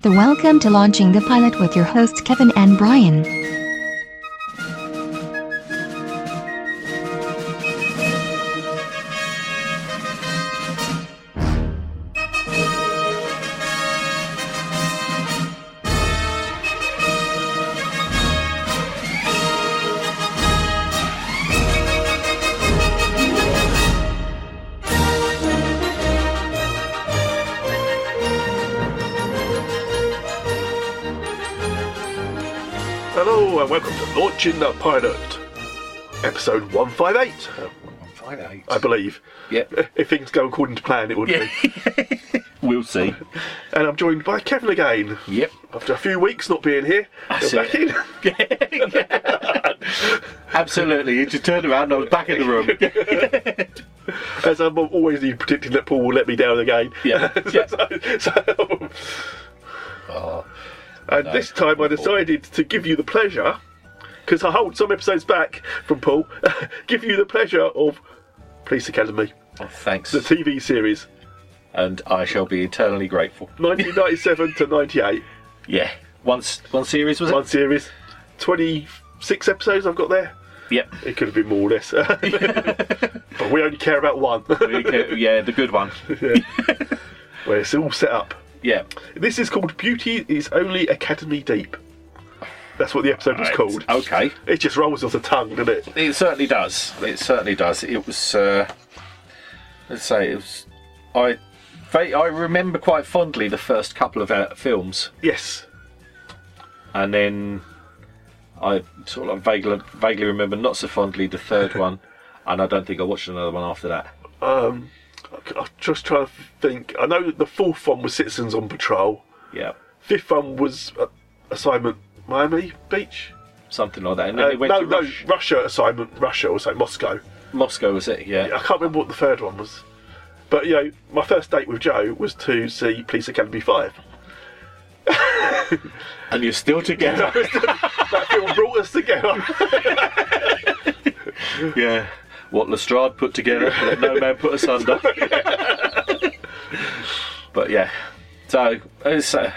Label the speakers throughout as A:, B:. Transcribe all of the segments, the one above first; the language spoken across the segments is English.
A: The welcome to launching the pilot with your hosts Kevin and Brian.
B: Hello and welcome to Launching the Pilot, episode 158,
C: Friday.
B: I believe.
C: Yep.
B: If things go according to plan, it would be.
C: We'll see.
B: And I'm joined by Kevin again.
C: Yep.
B: After a few weeks not being here,
C: That's
B: you're
C: it.
B: back in.
C: Absolutely. You just turned around and I was back in the room.
B: As I'm always predicting that Paul will let me down again.
C: Yeah. Oh,
B: so, so- and this time I decided to give you the pleasure, because I hold some episodes back from Paul, give you the pleasure of Police Academy,
C: Oh, Thanks.
B: the TV series,
C: And I shall be eternally grateful.
B: 1997 to 98.
C: Yeah. Once one series was
B: one
C: it?
B: series, 26 episodes I've got there.
C: Yep.
B: It could have been more or less. but we only care about one,
C: Okay, yeah, the good one.
B: where it's all set up.
C: Yeah.
B: This is called Beauty is Only Academy Deep. That's what the episode was
C: Right.
B: called.
C: Okay.
B: It just rolls off the tongue, doesn't it?
C: It certainly does. It certainly does. It was uh let's say it was I ve- I remember quite fondly the first couple of uh, films
B: Yes.
C: and then I sort of vaguely, vaguely remember not so fondly the third one, and I don't think I watched another one after that.
B: I'm just trying to think. I know that the fourth one was Citizens on Patrol.
C: Yeah,
B: Fifth one was uh, Assignment Miami Beach.
C: something like that. And then
B: Uh,
C: it
B: no,
C: went
B: no,
C: to Rush-
B: Russia Assignment Russia or something, Moscow.
C: Moscow, was it? Yeah.
B: I can't remember what the third one was. But you know, my first date with Joe was to see Police Academy Five.
C: And you're still together.
B: That film brought us together.
C: yeah. What Lestrade put together, let no man put us under. but yeah, so it's, uh,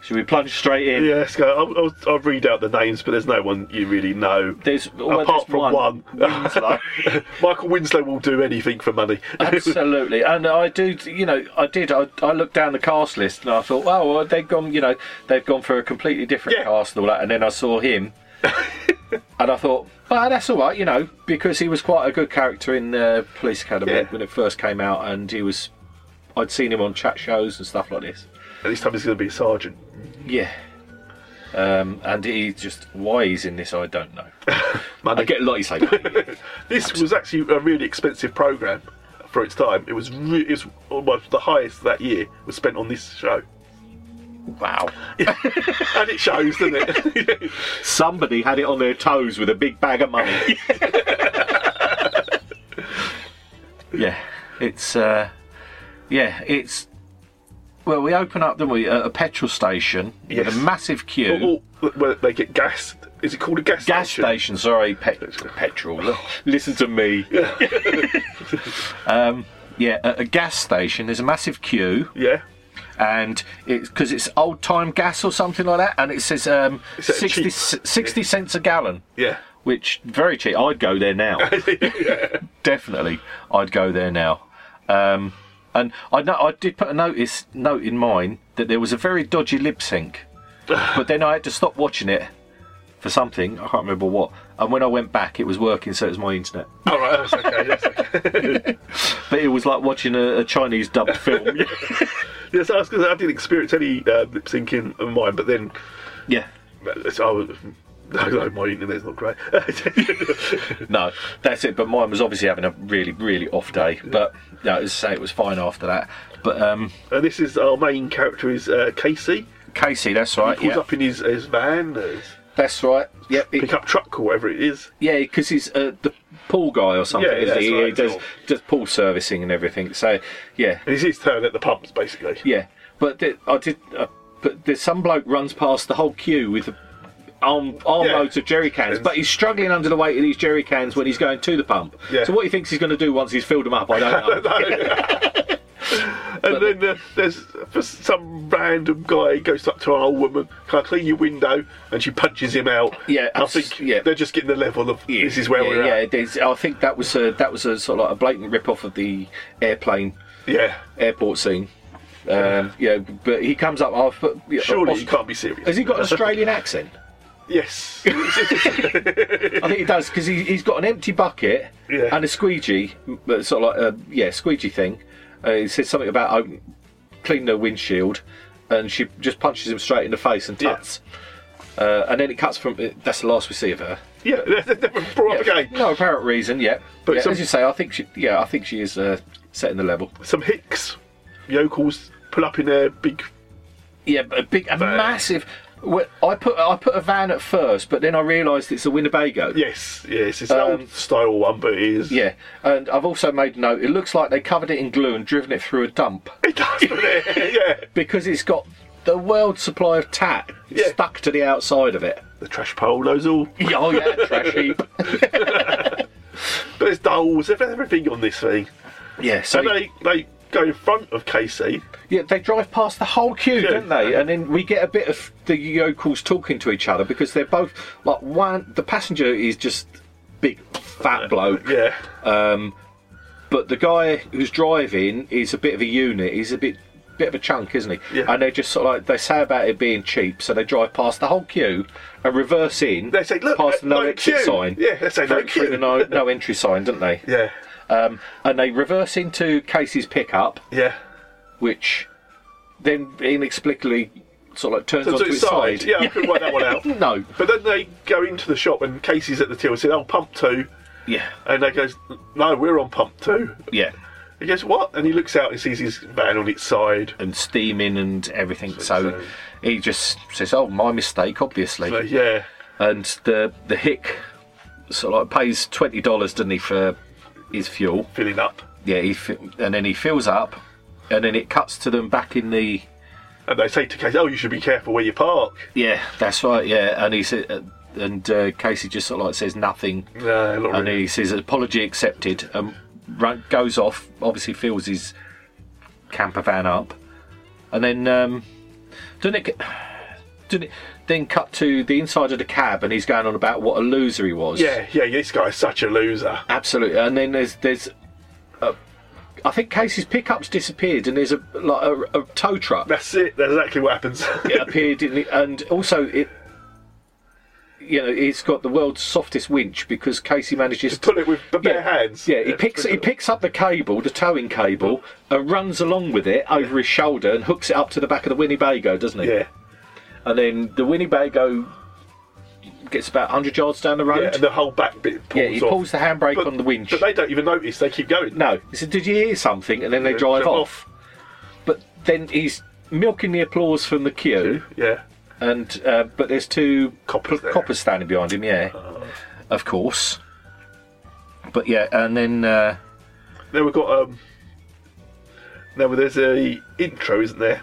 C: should we plunge straight in?
B: yeah, let's go. I'll, I'll, I'll read out the names, but there's no one you really know.
C: There's well,
B: Apart
C: there's
B: from one,
C: Winslow.
B: Michael Winslow will do anything for money.
C: Absolutely, and I do. You know, I did. I, I looked down the cast list and I thought, oh, well, they've gone. You know, they've gone for a completely different
B: Yeah.
C: cast and all that. And then I saw him, and I thought, well, that's all right. You know, because he was quite a good character in uh, Police Academy
B: Yeah.
C: when it first came out, and he was. I'd seen him on chat shows and stuff like this.
B: and this time he's going to be a sergeant.
C: Yeah. Um, and he just why he's in this, I don't know. I
B: Money.
C: get a lot you say. that.
B: this was actually a really expensive program for its time. It was re- it was almost the highest that year was spent on this show,
C: wow.
B: and it shows, doesn't it?
C: Somebody had it on their toes with a big bag of money. yeah, it's uh, yeah, it's well, we open up, don't we, at a petrol station with
B: Yes.
C: a massive queue.
B: Or- or- where they get gas. Is it called a gas
C: Gas
B: station?
C: station, sorry, pet- petrol. Look, Listen to me. um, yeah, at a gas station, there's a massive queue,
B: Yeah.
C: and it's because it's old time gas or something like that, and it says um,
B: It's that
C: 60,
B: cheap-
C: 60 cents a gallon.
B: Yeah.
C: which very cheap. I'd go there now. Definitely, I'd go there now. Um, and I know I did put a notice note in mine that there was a very dodgy lip sync, but then I had to stop watching it for something I can't remember what. And when I went back, it was working, so it was my internet.
B: All right, that's okay. That's okay.
C: But it was like watching a, a Chinese dubbed film.
B: Yes, I was gonna say, I didn't experience any uh, lip syncing of mine, but then
C: yeah.
B: uh, so I was. No, no, my internet's not great.
C: No, that's it. But mine was obviously having a really, really off day. But no, as I say, it was fine after that. But um,
B: and this is our main character is uh, Casey.
C: Casey, that's right.
B: He pulls
C: Yeah,
B: up in his, his van, uh, his
C: that's right. Yep, it-
B: pickup truck or whatever it is.
C: Yeah, because he's uh, the pool guy or something.
B: Yeah,
C: isn't
B: that's
C: he? he
B: right,
C: does
B: sure.
C: does pool servicing and everything. So yeah,
B: And it's his turn at the pumps, basically.
C: yeah. But th- I did. Uh, but there's some bloke runs past the whole queue with arm
B: Yeah.
C: armloads of jerry cans, but he's struggling under the weight of these jerry cans when he's going to the pump.
B: Yeah.
C: So what he thinks he's going to do once he's filled them up, I don't know.
B: No. And then uh, there's for some random guy goes up to an old woman, can I clean your window? And she punches him out.
C: Yeah,
B: I
C: abs-
B: think
C: yeah.
B: they're just getting the level of this is where
C: yeah,
B: we're
C: yeah,
B: at.
C: it is. I think that was a that was a sort of like a blatant rip off of the airplane
B: Yeah,
C: airport scene. Um, yeah, but he comes up after.
B: surely you can't be serious.
C: Has he got an Australian accent?
B: Yes.
C: I think he does because he, he's got an empty bucket
B: Yeah.
C: and a squeegee, m- uh, sort of like a yeah squeegee thing. Uh, he says something about open, clean the windshield, and she just punches him straight in the face and
B: Yeah.
C: tuts. Uh, and then it cuts from. uh, That's the last we see of her.
B: yeah, they're, they're never brought up
C: Yeah,
B: again.
C: No apparent reason. Yeah,
B: But
C: but yeah,
B: some-
C: as you say, I think she. Yeah, I think she is uh, setting the level.
B: Some hicks, yokels, pull up in their big.
C: Yeah, but a big, a
B: Van.
C: massive. well, I put I put a van at first, but then I realised it's a Winnebago.
B: Yes, yes, it's an
C: Um,
B: old style one, but it is.
C: Yeah, and I've also made note. It looks like they covered it in glue and driven it through a dump
B: It does, doesn't it? yeah.
C: because it's got the world supply of tat
B: Yeah.
C: stuck to the outside of it.
B: The trash pole knows all.
C: Yeah, Oh yeah, trash heap.
B: But there's dolls, there's everything on this thing.
C: Yeah, so
B: And they, they go in front of Casey.
C: yeah, they drive past the whole queue,
B: Yeah.
C: don't they? And then we get a bit of the yokels talking to each other because they're both like one. The passenger is just big fat bloke.
B: Yeah.
C: But the guy who's driving is a bit of a unit. He's a bit bit of a chunk, isn't he?
B: Yeah.
C: And they just sort of like they say about it being cheap, so they drive past the whole queue and reverse in.
B: They say, "Look, uh,
C: past the
B: no
C: no, exit
B: queue."
C: sign.
B: Yeah, they say, "No
C: Through- through
B: queue."
C: the no, no entry sign, don't they?
B: Yeah.
C: Um, and they reverse into Casey's pickup,
B: Yeah.
C: which then inexplicably sort of like turns
B: So
C: onto
B: it's
C: its side.
B: Yeah, I couldn't work that one out.
C: No.
B: But then they go into the shop and Casey's at the till and said, "Oh, pump two.
C: Yeah.
B: And they goes, "No, we're on pump two.
C: Yeah.
B: He goes, "What?" And he looks out and sees his van on its side.
C: And steaming and everything. So,
B: so-
C: he just says, "Oh, my mistake, obviously."
B: So, yeah.
C: and the the hick sort of like pays twenty dollars, doesn't he, for his fuel?
B: filling up.
C: Yeah, he fi- and then he fills up, and then it cuts to them back in the
B: And they say to Casey, "Oh, you should be careful where you park."
C: yeah, that's right, yeah, and he said, and uh, Casey just sort of like says nothing,
B: No, not
C: and
B: really.
C: he says apology accepted, and run, goes off. Obviously, fills his camper van up, and then um, doesn't it? get- Didn't it then cut to the inside of the cab, and he's going on about what a loser he was.
B: Yeah, yeah, this guy's such a loser.
C: Absolutely, and then there's there's, uh, I think Casey's pickups disappeared, and there's a like a, a tow truck that
B: That's it. That's exactly what happens.
C: appeared in, the, and also it, you know, it's got the world's softest winch because Casey manages
B: Pull it with bare
C: yeah,
B: hands.
C: Yeah, he picks he picks up the cable, the towing cable, and runs along with it over his shoulder and hooks it up to the back of the Winnebago, doesn't he?
B: Yeah,
C: and then the Winnebago gets about hundred yards down the road.
B: yeah, and the whole back bit. Pulls
C: Yeah, he
B: off.
C: pulls the handbrake
B: But-
C: on the winch.
B: But they don't even notice. They keep going.
C: No. He said, Did you hear something? And then they
B: Yeah,
C: drive
B: jump
C: off. But then he's milking the applause from the queue,
B: Yeah,
C: and uh, but there's two
B: Coppers
C: pl-
B: there. Uh-huh.
C: coppers standing behind him, yeah. Of course. But yeah, and then. Uh,
B: then we've got um. Now there's a intro, isn't there?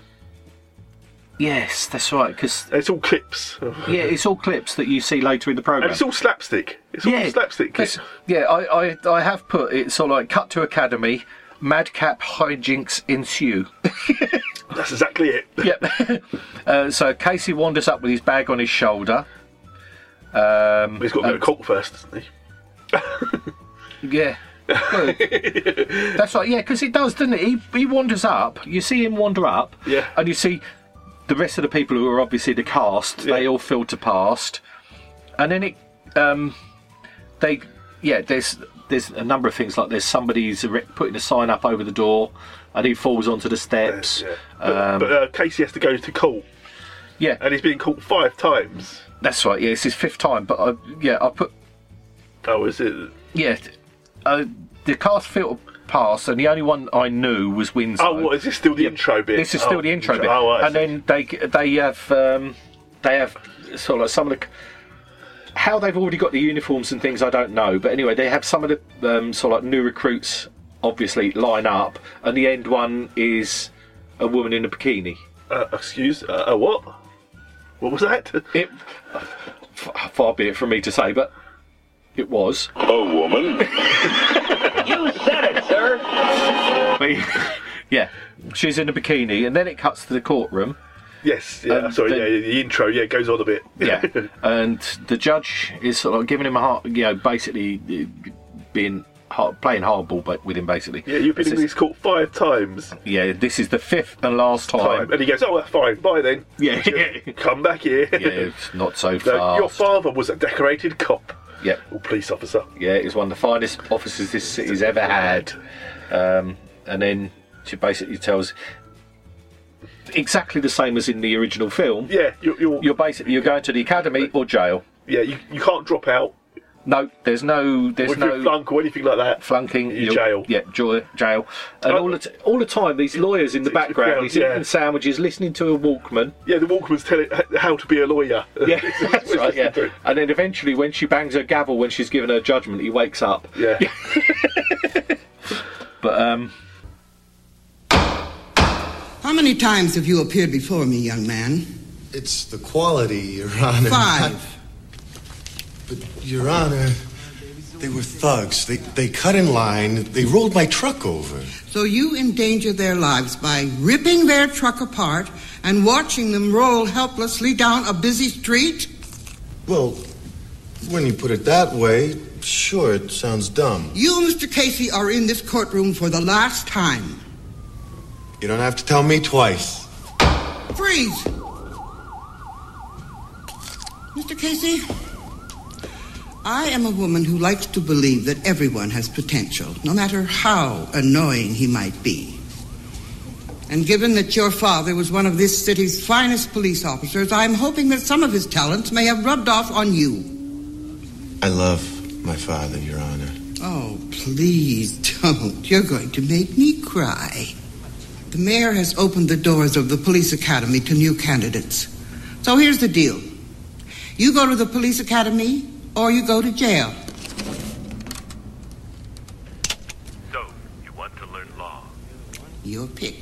C: yes, that's right, because.
B: It's all clips,
C: Yeah, it's all clips that you see later in the
B: and
C: programme.
B: it's all slapstick. It's all slapstick.
C: that's- Yeah, I, I, I have put it sort of like cut to academy, madcap hijinks ensue.
B: That's exactly it.
C: Yep. uh, so Casey wanders up with his bag on his shoulder. Um,
B: He's got to go to court first, doesn't he?
C: yeah. Well, That's right. Yeah, because it does, doesn't it? He, he wanders up. You see him wander up.
B: Yeah.
C: And you see the rest of the people who are obviously the cast. They
B: Yeah.
C: all filter past, and then it. Um, they yeah. There's there's a number of things like there's somebody's re- putting a sign up over the door, and he falls onto the steps.
B: Yeah. But,
C: Um,
B: but uh, Casey has to go to court,
C: yeah.
B: and he's been caught five times.
C: That's right. Yeah, it's his fifth time, but I, yeah, I put
B: Oh, is it?
C: yeah, th- uh, the cast filter past, and the only one I knew was Winslow.
B: Oh, what is this still the intro bit?
C: This is still
B: Oh,
C: the intro bit,
B: Oh, I
C: and
B: see.
C: then they they have um, they have sort of like some of the c- how they've already got the uniforms and things I don't know, but anyway they have some of the um, sort of like new recruits obviously line up, and the end one is a woman in a bikini.
B: Uh, excuse, uh, uh, what? What was that?
C: It f- far be it from me to say, but it was.
D: A woman?
E: You said it, sir.
C: But Yeah, she's in a bikini, and then it cuts to the courtroom.
B: Yes, yeah,
C: Um,
B: sorry,
C: the-
B: yeah, yeah, the intro, yeah, goes on a bit.
C: Yeah, and the judge is sort of giving him a heart, you know, basically uh, being hard, playing hardball, but with him basically.
B: yeah, you've been in
C: This is-
B: this court five times.
C: Yeah, this is the fifth and last time.
B: Time. And he goes, oh, well, fine, bye then.
C: Yeah.
B: Just Come back here.
C: Yeah, it's not so
B: So,
C: fast.
B: your father was a decorated cop.
C: Yep.
B: Or police officer.
C: Yeah, it was one of the finest officers this city's ever had. Um, and then she basically tells exactly the same as in the original film.
B: Yeah, you're, you're,
C: You're basically you're going to the academy or jail.
B: yeah you, you can't drop out.
C: No, there's no there's
B: Or if you're
C: no
B: a flunk or anything like that.
C: flunking.
B: in
C: you're-
B: jail.
C: Yeah, jail. jail. And
B: Oh.
C: all the t- all the time, these lawyers in the background, he's
B: Yeah.
C: eating sandwiches, listening to a Walkman.
B: Yeah, the Walkman's telling how to be a lawyer.
C: Yeah,
B: It's- it's-
C: that's
B: it's
C: right. Yeah.
B: different.
C: And then eventually, when she bangs her gavel when she's given her judgment, he wakes up.
B: Yeah.
C: But um,
F: How many times have you appeared before me, young man?
G: It's the quality, Your Honor.
F: Five.
G: But, Your Honor, they were thugs. They, they cut in line. They rolled my truck over.
F: So you endanger their lives by ripping their truck apart and watching them roll helplessly down a busy street?
G: Well, when you put it that way, sure, it sounds dumb.
F: You, Mr. Casey, are in this courtroom for the last time.
G: You don't have to tell me twice.
F: Freeze! Mr. Casey, I am a woman who likes to believe that everyone has potential, no matter how annoying he might be. And given that your father was one of this city's finest police officers, I'm hoping that some of his talents may have rubbed off on you.
G: I love my father, Your Honor.
F: Oh, please don't. You're going to make me cry. The mayor has opened the doors of the police academy to new candidates. So here's the deal you go to the police academy or you go to jail.
H: So, you want to learn law?
F: Your pick.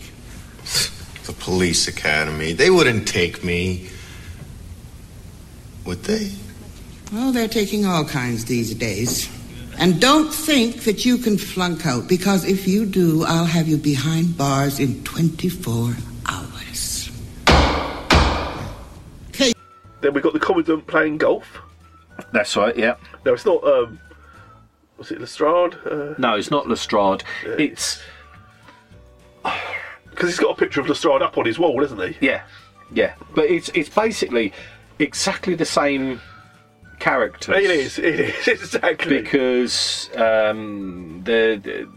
G: The police academy. They wouldn't take me. Would they?
F: Well, they're taking all kinds these days. And don't think that you can flunk out, because if you do, I'll have you behind bars in 24 hours.
B: then we've got the commandant playing golf.
C: that's right. Yeah.
B: No, it's not. Um, was it Lestrade? Uh, Because
C: No, it's not Lestrade. It's
B: he's got a picture of Lestrade up on his wall, hasn't he?
C: yeah, yeah. But it's it's basically exactly the same character.
B: It is. It is exactly.
C: because um, the. the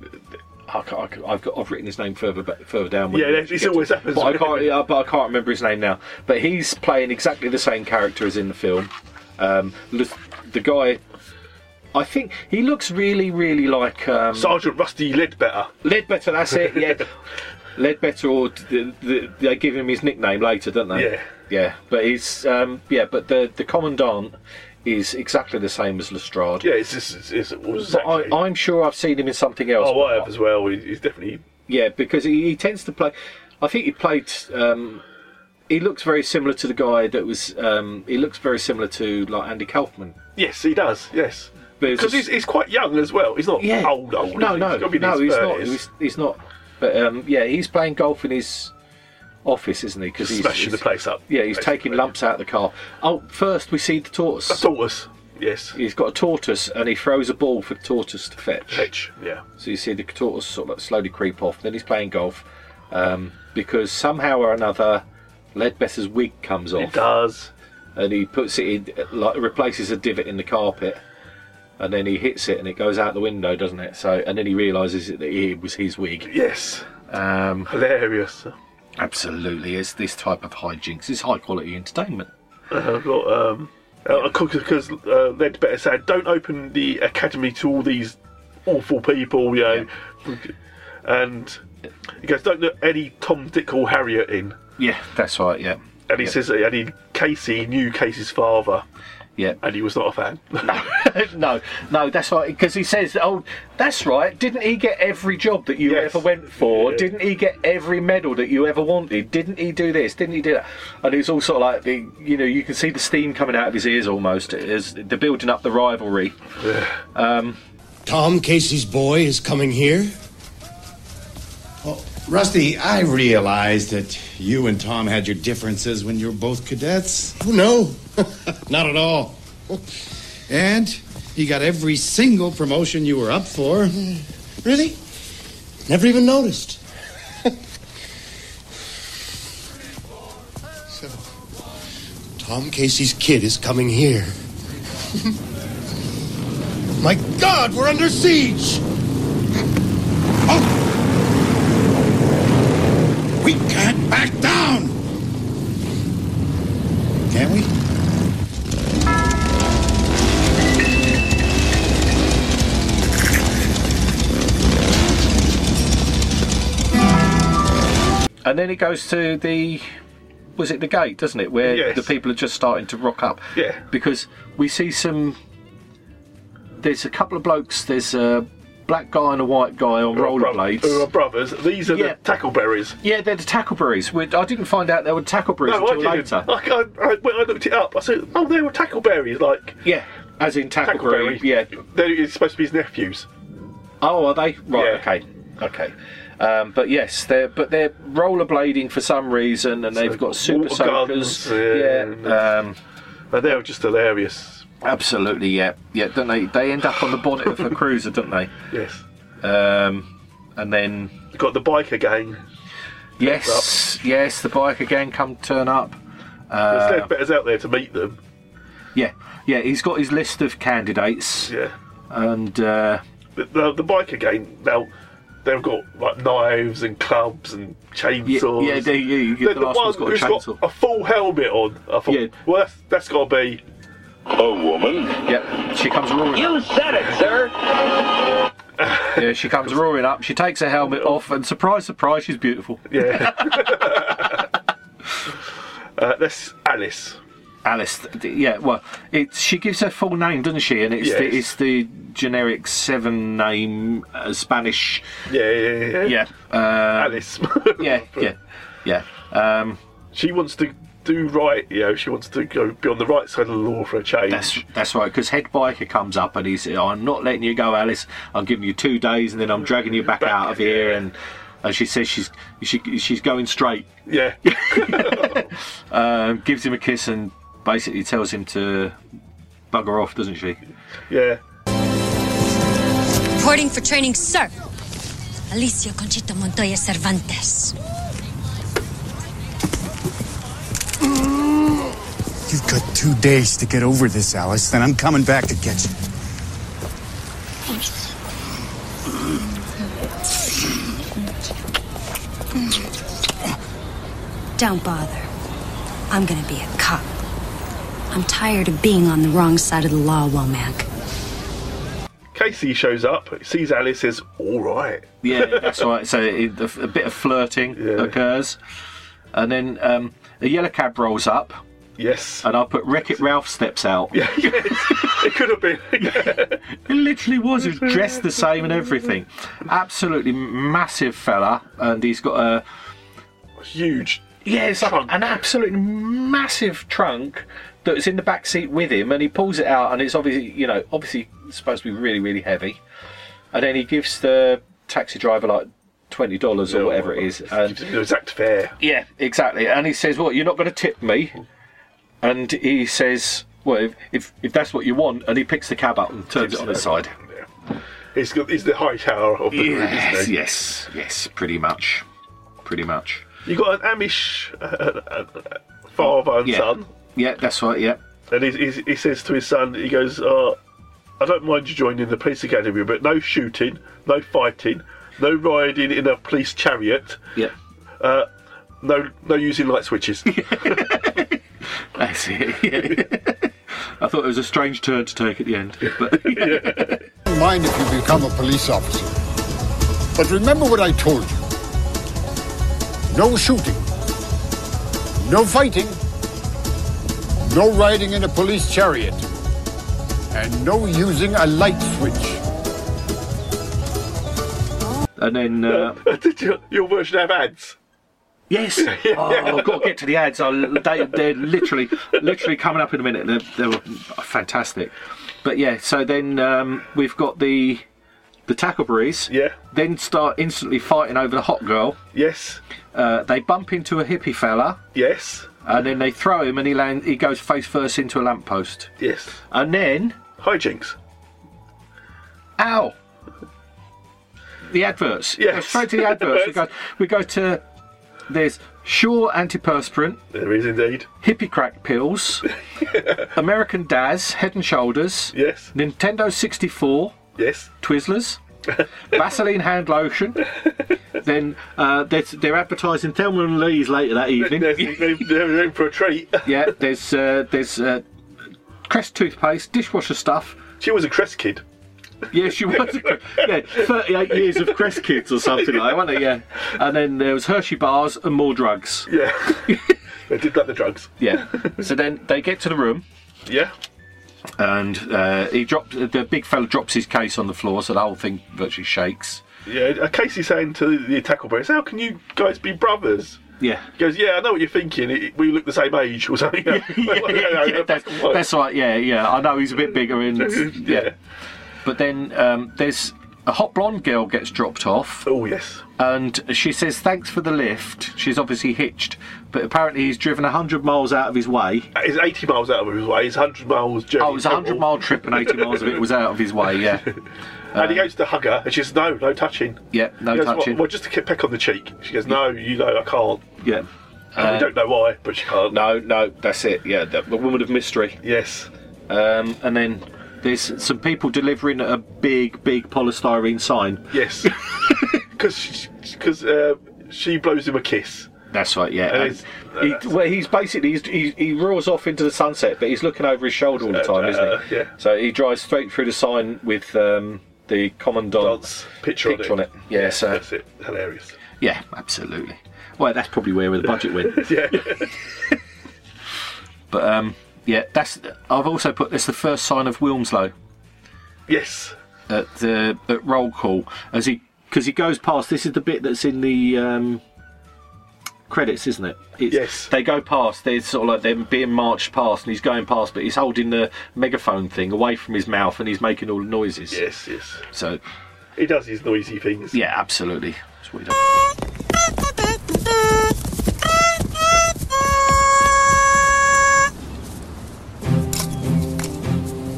C: I can't, I can't- I've got. I've written his name further ba- further down. when
B: Yeah,
C: we
B: it- it's
C: get to-
B: always happens.
C: But I can't. yeah, But I can't remember his name now. But he's playing exactly the same character as in the film. Um, the, the guy. I think he looks really, really like um,
B: Sergeant Rusty Ledbetter.
C: Ledbetter. That's it. Yeah, Ledbetter, or the, the, they give him his nickname later, don't they?
B: Yeah.
C: yeah. But he's um, yeah. But the the commandant is exactly the same as Lestrade.
B: Yeah, it's just. It's, it's, it was
C: But
B: exactly.
C: I, I'm sure I've seen him in something else.
B: oh, I have
C: But-
B: as well. He- He's definitely.
C: Yeah, because he, he tends to play. I think he played. Um, he looks very similar to the guy that was. Um, he looks very similar to like Andy Kaufman.
B: Yes, he does. Yes.
C: But it's
B: Because he's,
C: just-
B: he's quite young as well. He's not old, old. is
C: No,
B: he?
C: no,
B: He's gotta be in
C: no.
B: his
C: He's not.
B: 30s.
C: He's, he's not. But um, yeah, he's playing golf in his office, isn't he? Because he's
B: smashing the
C: he's-
B: place up.
C: Yeah, he's
B: basically.
C: taking lumps out of the car. Oh, first we see the
B: A
C: tortoise.
B: tortoise. Yes.
C: He's got a tortoise, and he throws a ball for the tortoise to fetch.
B: Fetch. Yeah.
C: So you see the tortoise sort of slowly creep off. Then he's playing golf um, because somehow or another, Ledbetter's wig comes
B: It
C: off
B: does.
C: and he puts it in, like replaces a divot in the carpet, and then he hits it and it goes out the window, doesn't it? So and then he realises that it was his wig.
B: Yes.
C: Um,
B: Hilarious.
C: absolutely, it's this type of hijinks. It's high quality entertainment.
B: I've got um, because uh, Ledbetter said, "Don't open the academy to all these awful people," you know, and he goes, "Don't let any Tom, Dick, or Harriet in."
C: Yeah, that's right. Yeah,
B: And he says, and he, Casey knew Casey's father,
C: yeah.
B: and he was not a fan.
C: no, no, that's right. Because he says, "Oh, that's right. Didn't he get every job that you
B: Yes.
C: ever went for?
B: Yeah.
C: Didn't he get every medal that you ever wanted? Didn't he do this? Didn't he do that?" And it's all sort of like the, you know, you can see the steam coming out of his ears almost. Is they're building up the rivalry.
I: Tom Casey's boy is coming here? Oh,
J: Rusty, I realize that you and Tom had your differences when you were both cadets. Oh, no, not at all. And he got every single promotion you were up for.
K: Hmm. Really? Never even noticed. so, Tom Casey's kid is coming here. My God, we're under siege! Oh!
J: We can't back down! Can we?
C: And then it goes to the was it the gate, doesn't it, where
B: Yes.
C: the people are just starting to rock up?
B: Yeah.
C: Because we see some. There's a couple of blokes. There's a black guy and a white guy on rollerblades.
B: Who are brothers. These are
C: Yeah.
B: the tackleberries.
C: yeah, they're the tackleberries. We, I didn't find out they were tackleberries
B: No, I
C: until
B: didn't.
C: later.
B: Like, I, I, when I looked it up, I said, oh, they were tackleberries. Like,
C: Yeah, as in tackleberry.
B: tackleberry.
C: Yeah.
B: They're it's supposed to be his nephews.
C: Oh, are they? Right.
B: Yeah.
C: Okay. Okay. Um, but yes, they're but they're rollerblading for some reason, and they've got super
B: water guns,
C: soakers.
B: yeah.
C: yeah. Um,
B: And they were just hilarious.
C: Absolutely, yeah, yeah. Don't they? They end up on the bonnet of a cruiser, don't they?
B: Yes.
C: Um, and then
B: You've got the biker gang.
C: yes, yes, the bike again come turn up. Ah.
B: There's There's betters out there to meet them.
C: Yeah, yeah. He's got his list of candidates,
B: Yeah.
C: and uh,
B: The, the, the biker gang, now, they've got like knives and clubs and
C: yeah,
B: chainsaws.
C: yeah, the, yeah,
B: The,
C: the,
B: the
C: last
B: one
C: one's got a
B: who's
C: chainsaw.
B: got a full helmet on. I thought,
C: Yeah.
B: well, that's, that's got to be.
C: Yep, she comes roaring. You said it, sir. yeah, she comes roaring up. She takes her helmet off, and surprise, surprise, she's beautiful.
B: Yeah. uh, that's Alice.
C: Alice. th- th- Yeah, well, it's she gives her full name, doesn't she? And it's the,
B: Yes.
C: it's the generic seven name uh, Spanish.
B: Yeah, yeah, yeah.
C: Yeah, uh,
B: Alice.
C: yeah, yeah, yeah. Um,
B: She wants to do right, you know, she wants to go be on the right side of the law for a change.
C: that's that's right. Because head biker comes up and he's, I'm not letting you go, Alice. I'm giving you two days, and then I'm dragging you back,
B: Back,
C: out of here.
B: yeah.
C: And and she says she's she, she's going straight.
B: yeah.
C: Um, gives him a kiss and basically tells him to bugger off, doesn't she?
B: yeah.
L: Reporting for training, sir. Alicia Conchita Montoya Cervantes.
J: You've got two days to get over this, Alice, then I'm coming back to get you.
L: Don't bother. I'm gonna be a cop. I'm tired of being on the wrong side of the law, Womack.
B: Casey shows up, sees Alice, says, all right.
C: Yeah, that's right. So it, a, a bit of flirting occurs, and then um, a yellow cab rolls up,
B: Yes.
C: and I put Wreck It Ralph steps out.
B: Yeah, yes. It could have been.
C: He literally was he was dressed the same and everything. Absolutely massive fella, and he's got a
B: Huge.
C: yeah, it's like
B: Trunk.
C: an absolutely massive trunk that's in the back seat with him, and he pulls it out, and it's obviously you know obviously supposed to be really really heavy, and then he gives the taxi driver like twenty dollars or whatever it is, and
B: Gives him the exact fare.
C: Yeah, exactly. And he says, "What? You're not going to tip me?" And he says, "Well, if, if if that's what you want," and he picks the cab up and turns it on its side.
B: It's, got, it's the high tower of the room,
C: Yes,
B: isn't it?
C: yes, yes. Pretty much, pretty much.
B: you got an Amish uh, uh, uh, father and
C: Yeah.
B: son,
C: Yeah, that's right. Yeah,
B: and he, he, he says to his son, he goes, uh, I don't mind you joining the police academy, but no shooting, no fighting, no riding in a police chariot, uh,
C: yeah.
B: no no using light switches.
C: That's it. yeah. I thought it was a strange turn to take at the end, but
G: don't mind if you become a police officer. But remember what I told you. No shooting. No fighting. No riding in a police chariot. And no using a light switch.
C: and then uh,
B: Did you, your version have ads?
C: yes, oh, I've got to get to the ads. I, they, they're literally, literally coming up in a minute. They're, they were fantastic, but yeah. So then um, we've got the the Tackleberries
B: Yeah.
C: then start instantly fighting over the hot girl.
B: Yes.
C: Uh, they bump into a hippie fella,
B: Yes.
C: and then they throw him, and he land, he goes face first into a lamppost.
B: Yes.
C: And then,
B: Hijinks.
C: ow! The adverts.
B: Yes.
C: Go straight to the adverts. we go. We go to. There's Sure antiperspirant,
B: There is indeed.
C: hippie crack pills, American Daz, Head and Shoulders,
B: Yes.
C: Nintendo 64,
B: Yes.
C: Twizzlers, Vaseline hand lotion. then uh, they're, they're advertising Thelma and Lee's later that
B: There's,
C: evening.
B: there's there's room for a treat.
C: yeah, there's uh, there's uh, Crest toothpaste, dishwasher stuff.
B: She was a Crest kid.
C: Yeah, she was. A, Cre- yeah, 38 years of Crest kids or something like that, wasn't it? Yeah. And then there was Hershey bars and more drugs.
B: Yeah. they did like the drugs.
C: Yeah. so then they get to the room.
B: Yeah.
C: and uh, he dropped the big fella drops his case on the floor, so the whole thing virtually shakes.
B: Yeah. uh, Casey's saying to the Tackleberries, "How can you guys be brothers?"
C: Yeah.
B: He goes, "Yeah, I know what you're thinking. It, we look the same age or something." yeah,
C: yeah, that's, that's right. Yeah, yeah. I know he's a bit bigger, and yeah.
B: Yeah.
C: But then um, there's a hot blonde girl gets dropped off,
B: Oh yes.
C: and she says thanks for the lift. She's obviously hitched, but apparently he's driven hundred miles out of his way.
B: It's 80 miles out of his way. It's 100 miles journey.
C: Oh, it was a hundred
B: total.
C: mile trip, and eighty miles of it was out of his way. Yeah,
B: And he goes to hug her, and she says, "No, no touching."
C: uh, yeah. No
B: He goes,
C: touching.
B: Well, well, just to ke- peck on the cheek. She goes, "No, you know, I can't."
C: Yeah.
B: And we
C: Uh,
B: don't know why, but she can't.
C: no, no. That's it. Yeah, the, the woman of mystery.
B: Yes.
C: Um, and then there's some people delivering a big, big polystyrene sign.
B: Yes. Because because uh, she blows him a kiss.
C: That's right, yeah.
B: And
C: And uh,
B: it's-
C: he,
B: that's-
C: well, he's basically he's, he, he roars off into the sunset, but he's looking over his shoulder all the time,
B: Uh,
C: isn't he?
B: yeah.
C: So he drives straight through the sign with um, the commandant's
B: Dance picture, on it.
C: Yeah, so
B: That's it. Hilarious.
C: yeah, absolutely. Well, that's probably where the budget went.
B: Yeah.
C: But um, yeah, that's I've also put this the first sign of Wilmslow.
B: yes.
C: at the at roll call as he because he goes past. This is the bit that's in the um, credits, isn't it? It's,
B: Yes.
C: They go past. They're sort of like they're being marched past, and he's going past, but he's holding the megaphone thing away from his mouth, and he's making all the noises.
B: Yes. Yes.
C: So
B: He does his noisy things.
C: yeah, absolutely. That's what he does.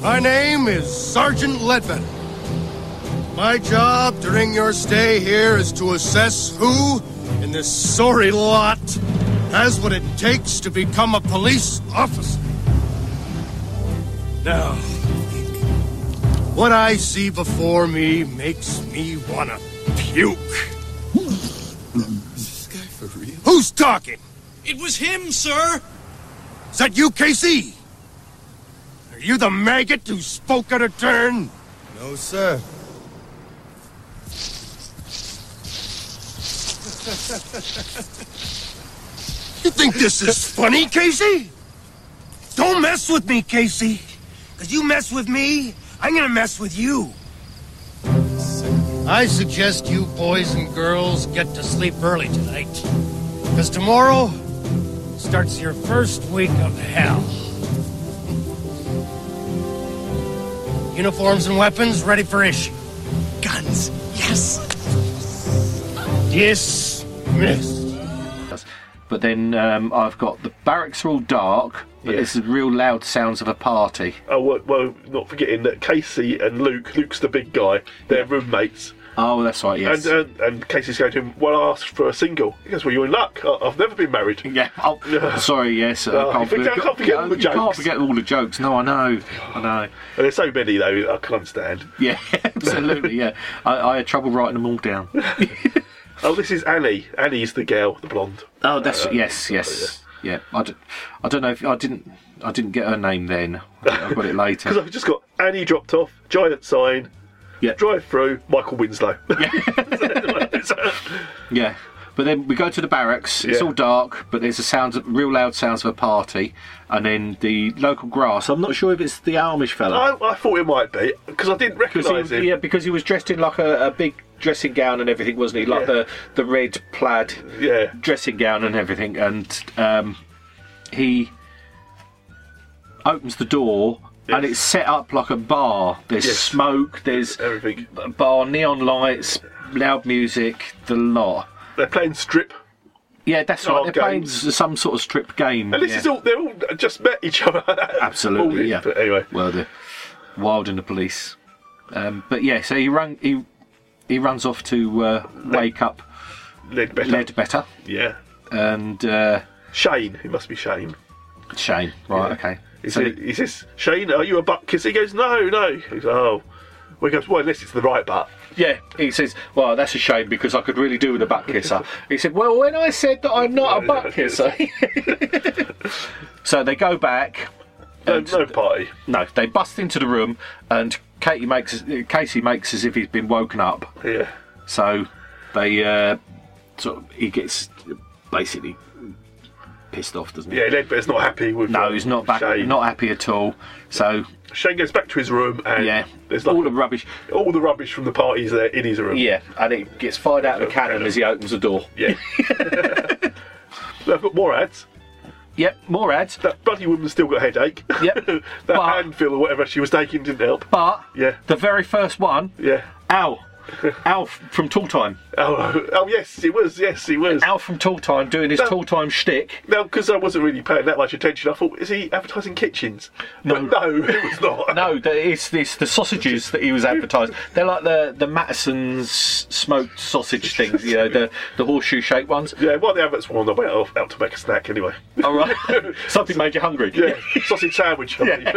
G: My name is Sergeant Ledman. My job during your stay here is to assess who in this sorry lot has what it takes to become a police officer. Now, what I see before me makes me wanna puke. Who's talking?
M: It was him, sir.
G: Is that you, Casey? Are you the maggot who spoke out of turn? No, sir. you think this is funny, Casey? Don't mess with me, Casey. Because you mess with me, I'm going to mess with you. I suggest you boys and girls get to sleep early tonight. Because tomorrow, starts your first week of hell. Uniforms and weapons ready for issue. Guns, yes. Dismissed.
C: does. But then um, I've got the barracks are all dark, but
B: Yeah.
C: this is real loud sounds of a party.
B: Oh well, well, not forgetting that Casey and Luke. Luke's the big guy. They're roommates.
C: Oh, that's right. Yes.
B: And, uh, and and Casey's going to him. Well, I asked for a single. He goes, Well, you're in luck. I- I've never been married.
C: Yeah. Oh, sorry. Yes.
B: Oh,
C: I can't
B: you think
C: forget,
B: I can't forget all the
C: You can't
B: jokes?
C: forget all the jokes. No, I know. I know.
B: And there's so many though. I can understand.
C: Yeah, absolutely. Yeah, I, I had trouble writing them all down.
B: Oh, this is Annie. Annie's the girl, the blonde.
C: Oh, that's
B: Uh,
C: yes, yes, yeah. I, d- I don't know if I didn't. I didn't get her name then. I got
B: Because
C: it later.
B: I've just got Annie dropped off, giant sign,
C: Yeah.
B: drive through, Michael Winslow.
C: Yeah, but then we go to the barracks. It's
B: Yeah.
C: all dark, but there's a sounds, of- real loud sounds of a party, and then the local grass. I'm not sure if it's the Amish fella
B: I, I thought it might be because I didn't recognise
C: he,
B: him.
C: yeah, because he was dressed in like a, a big dressing gown and everything, wasn't he? Like
B: Yeah.
C: the the red plaid
B: Yeah.
C: dressing gown and everything, and um, he opens the door and it's set up like a bar. There's
B: Yes.
C: smoke. There's
B: everything.
C: Bar, neon lights, loud music, the lot.
B: They're playing strip.
C: Yeah, that's right.
B: Card
C: They're playing
B: games.
C: s- some sort of strip game.
B: And this
C: yeah.
B: is all, they're all just met each other.
C: Absolutely,
B: All-
C: yeah.
B: Oh, But anyway.
C: Well, the Wild and the police. Um, but yeah, so he run he he runs off to uh, wake up
B: Ledbetter.
C: Ledbetter
B: Yeah.
C: and uh,
B: Shane. It must be Shane.
C: Shane. Right,
B: Yeah.
C: okay.
B: He,
C: So
B: says, he says, Shane, are you a butt kisser? He goes, no, no. He goes, oh. Well, he goes, well, unless it's the right butt.
C: yeah, he says, "Well, that's a shame because I could really do with a butt kisser." he said, "Well, when I said that I'm not a butt kisser." so they go back.
B: No, no party.
C: No, they bust into the room, and Katie makes Casey makes as if he's been woken up.
B: Yeah.
C: So they uh, sort of he gets basically pissed off, doesn't he?
B: Yeah, Ledbetter's not happy with um,
C: No, he's not back,
B: Shane.
C: not happy at all. So
B: Shane goes back to his room and
C: yeah,
B: there's like
C: all the rubbish.
B: all the rubbish from the parties there in his room.
C: Yeah, and it gets fired out of the cannon as he opens the door.
B: Yeah. Look, I've got more ads.
C: Yep, more ads.
B: That bloody woman's still got a headache.
C: Yep.
B: that
C: But-
B: handful or whatever she was taking didn't help.
C: But
B: Yeah.
C: the very first one,
B: Yeah.
C: Al, Al from Tool Time,
B: Oh, oh yes, it was. Yes, it was.
C: Al from Tool Time doing his
B: No.
C: Tool Time shtick.
B: Now, because I wasn't really paying that much attention, I thought, is he advertising kitchens? No, but no, it was not.
C: No, the- it's this the sausages that he was advertising. They're like the the Mattison's smoked sausage things, you know, the the horseshoe shaped ones.
B: Yeah, well, the adverts were on. I went off out to make a snack anyway.
C: All right, something made you hungry.
B: Yeah, sausage sandwich. I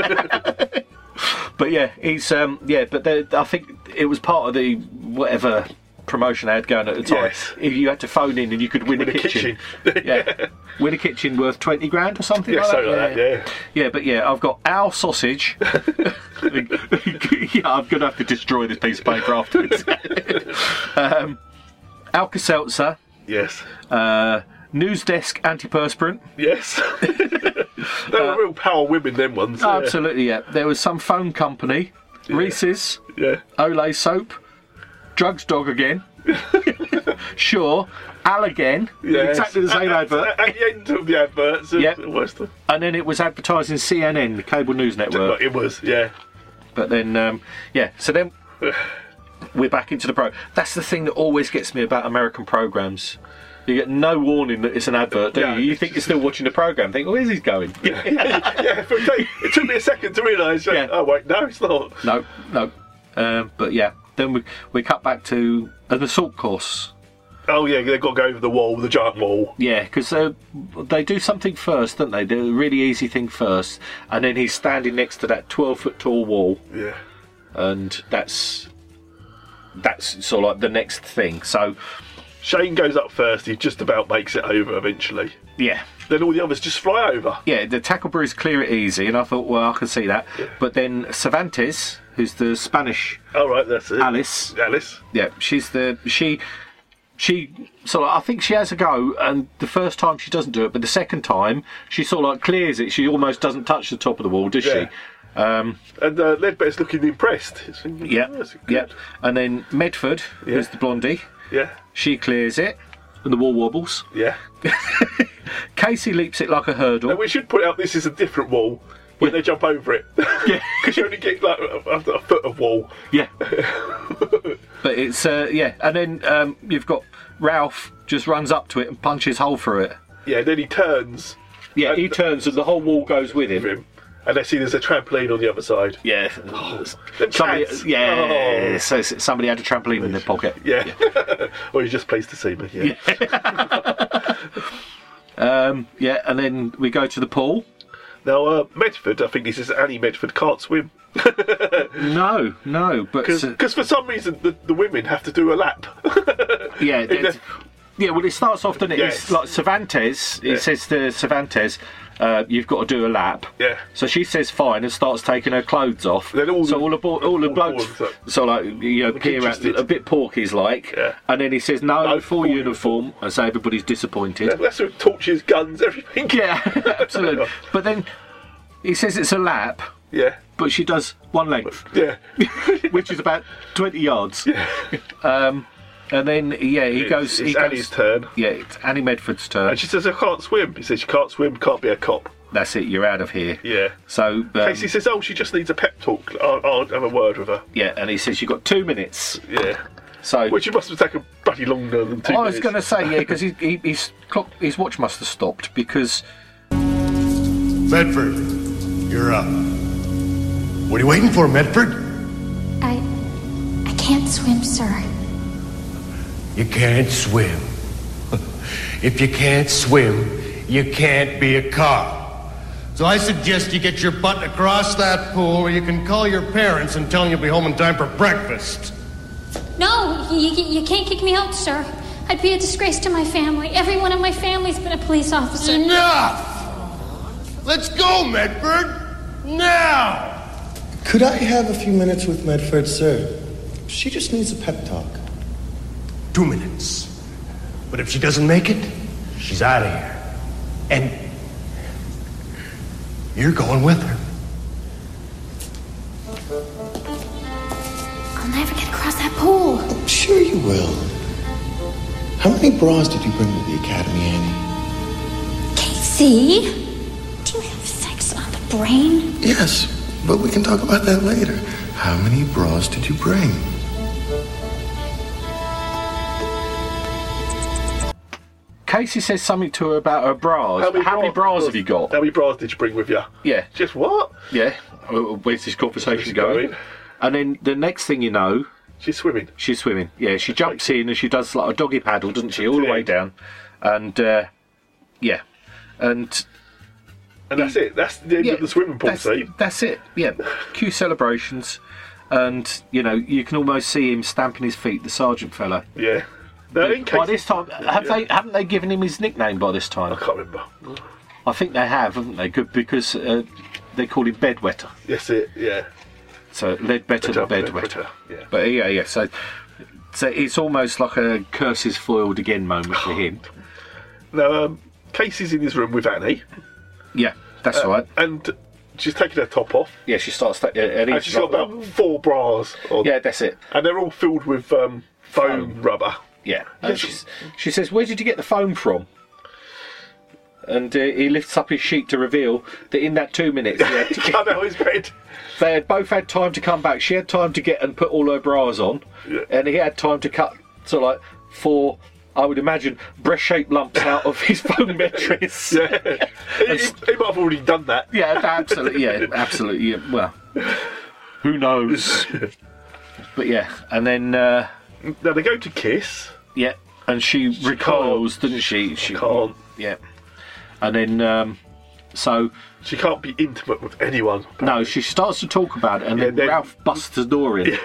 B: believe.
C: But yeah, he's um yeah, but there, I think it was part of the whatever promotion they had going at the time.
B: Yes.
C: If you had to phone in and you could win,
B: Win
C: a
B: a
C: kitchen.
B: kitchen.
C: yeah. Win a kitchen worth twenty grand or something
B: Yeah,
C: like
B: something
C: that.
B: like that,
C: yeah. but yeah, I've got our sausage. yeah, I'm gonna have to destroy this piece of paper afterwards. um Alka Seltzer,
B: yes,
C: uh News desk antiperspirant.
B: yes. they were real power women, them ones.
C: Uh, Oh, Absolutely, yeah. There was some phone company, Reese's,
B: Yeah.
C: Olay soap, drugs dog again. sure, Al again.
B: Yes.
C: Exactly the same
B: at,
C: advert.
B: At, at the end of the adverts, uh,
C: Yep.
B: was the-
C: And then it was advertising CNN, the cable news network.
B: it was, yeah.
C: But then, um, yeah. So then we're back into the pro. That's the thing that always gets me about American programs. You get no warning that it's an advert, do
B: No,
C: you? You
B: it's
C: think you're still watching the program. Think, oh, where's he going?
B: yeah, for a day- it took me a second to realise.
C: Yeah.
B: Oh wait, no, it's not.
C: No, no. Um, but yeah, then we we cut back to an assault course.
B: Oh yeah, they've got to go over the wall, the giant wall.
C: Yeah, because they they do something first, don't they? Do a really easy thing first, and then he's standing next to that twelve foot tall wall,
B: Yeah.
C: and that's that's sort of like the next thing. So
B: Shane goes up first. He just about makes it over eventually.
C: yeah,
B: Then all the others just fly over.
C: yeah. The Tacklebury's clear it easy, and I thought, well, I can see that. But then Cervantes, who's the Spanish
B: All right, that's it.
C: Alice,
B: Alice.
C: yeah, she's the she. She sort of, I think she has a go, and the first time she doesn't do it, but the second time she sort of like clears it. She almost doesn't touch the top of the wall, does
B: Yeah.
C: she? Um,
B: And uh, Ledbetter's looking impressed. He's thinking,
C: Yeah,
B: "Oh, that's good."
C: yeah. And then Medford, who's
B: Yeah.
C: the blondie,
B: Yeah.
C: she clears it, and the wall wobbles.
B: Yeah.
C: Casey leaps it like a
B: And
C: hurdle.
B: we should put out this is a different wall when
C: Yeah.
B: they jump over it.
C: Yeah.
B: Because you only get like a, a- a foot of wall.
C: Yeah, but it's uh, yeah. And then um, you've got Ralph just runs up to it and punches hole through it.
B: yeah. Then he turns
C: Yeah, he turns and the whole wall goes with
B: with
C: him.
B: him, and they see there's a trampoline on the other side.
C: Yeah,
B: Oh, The
C: somebody,
B: cats.
C: yeah.
B: Oh.
C: So so somebody had a trampoline in their pocket.
B: Yeah. or he's just pleased to see me. Yeah.
C: Um, yeah, and then we go to the pool.
B: Now, uh, Medford, I think this is Annie Medford, can't swim.
C: No, no, but uh,
B: Because for some reason, the, the women have to do a lap.
C: Yeah,
B: In
C: that's- yeah. Well, it starts off, doesn't it? It's
B: Yes.
C: like Cervantes. It
B: Yeah.
C: says to Cervantes, uh, "You've got to do a lap."
B: Yeah.
C: So she says fine and starts taking her clothes off.
B: Then all
C: so
B: the-
C: all the bo- all the
B: all
C: blokes,
B: boys that-
C: so like you know, peer at,
B: interested.
C: a bit porky's like,
B: Yeah.
C: and then he says no,
B: No,
C: full
B: full
C: uniform, and so everybody's disappointed.
B: That's with torches, guns, everything.
C: Yeah, absolutely. But then he says it's a lap,
B: Yeah.
C: but she does one length,
B: Yeah.
C: which is about twenty yards. Um, and then yeah, he
B: It's- It's
C: goes. he goes
B: Annie's turn.
C: Yeah, it's Annie Medford's turn.
B: And she says, I can't swim. He says, You can't swim, can't be a cop.
C: that's it, you're out of here.
B: Yeah.
C: So, um,
B: Casey says, "Oh, she just needs a pep talk. I'll, I'll have a word with her."
C: yeah, and he says, you've got two minutes.
B: Yeah.
C: So,
B: Which it must have taken bloody longer than two
C: I was
B: minutes.
C: going to say, yeah, because he, he, his, clock, his watch must have stopped because.
G: Medford, you're up. What are you waiting for, Medford?
L: I. I can't swim, sir.
N: You can't swim. if you can't swim, you can't be a cop.
G: So I suggest you get your butt across that pool where you can call your parents and tell them you'll be home in time for breakfast.
L: No, you, you you can't kick me out, sir. I'd be a disgrace to my family. Everyone in my family's been a police officer.
G: Enough! Let's go, Medford! Now!
O: Could I have a few minutes with Medford, sir? She just needs a pep talk.
N: Two minutes. But if she doesn't make it, she's out of here. And you're going with her.
L: I'll never get across that pool.
K: Oh,
O: Sure you will. How many bras did you bring to the academy, Annie?
L: Casey, do you have sex on the brain?
O: Yes, but we can talk about that later. How many bras did you bring?
C: Casey says something to her about her bras. How many, bras, have you got?
B: How many bras did you bring with you?
C: Yeah.
B: Just what?
C: Yeah. Uh, Where's this conversation going? And then the next thing you know,
B: she's swimming.
C: She's swimming. Yeah, she jumps in and she does like a doggy paddle, doesn't she, all the way down? And uh, yeah, and
B: and that's it. That's the end
C: yeah,
B: of the swimming pool
C: that's,
B: scene.
C: That's it. Yeah, cue celebrations, and you know you can almost see him stamping his feet. The sergeant fella.
B: Yeah. Now, in
C: by
B: case-
C: this time, have they haven't they given him his nickname by this time? I
B: can't remember.
C: I think they have, haven't they? Good because uh, they call him bedwetter.
B: Yes, it. Yeah.
C: So lead better than
B: Better,
C: bedwetter.
B: better, yeah.
C: But yeah, yeah. So, so it's almost like a curses foiled again moment for him.
B: Now, um, Casey's in his room with Annie.
C: Yeah, that's
B: Uh,
C: right.
B: And she's taking her top off.
C: Yeah, she starts. ta- yeah, and
B: And,
C: he's
B: she's got
C: like-
B: about four bras. On,
C: Yeah, that's it.
B: And they're all filled with um, foam, rubber.
C: Yeah. And she's, she says, "Where did you get the phone from?" And uh, he lifts up his sheet to reveal that in that two minutes, he had to-
B: Come out his bed.
C: they had both had time to come back. She had time to get and put all her bras on, and he had time to cut to like four. I would imagine breast-shaped lumps out of his bone mattress.
B: Yeah, he, he- he might have already done that.
C: Yeah, absolutely. Yeah, absolutely. Yeah. Well, who knows? but yeah, and then uh,
B: now they go to kiss.
C: Yeah, and she, recoils, doesn't she? She can't. Yeah, and then um, so
B: she can't be intimate with anyone.
C: No, she starts to talk about it, and then, Ralph busts the door in.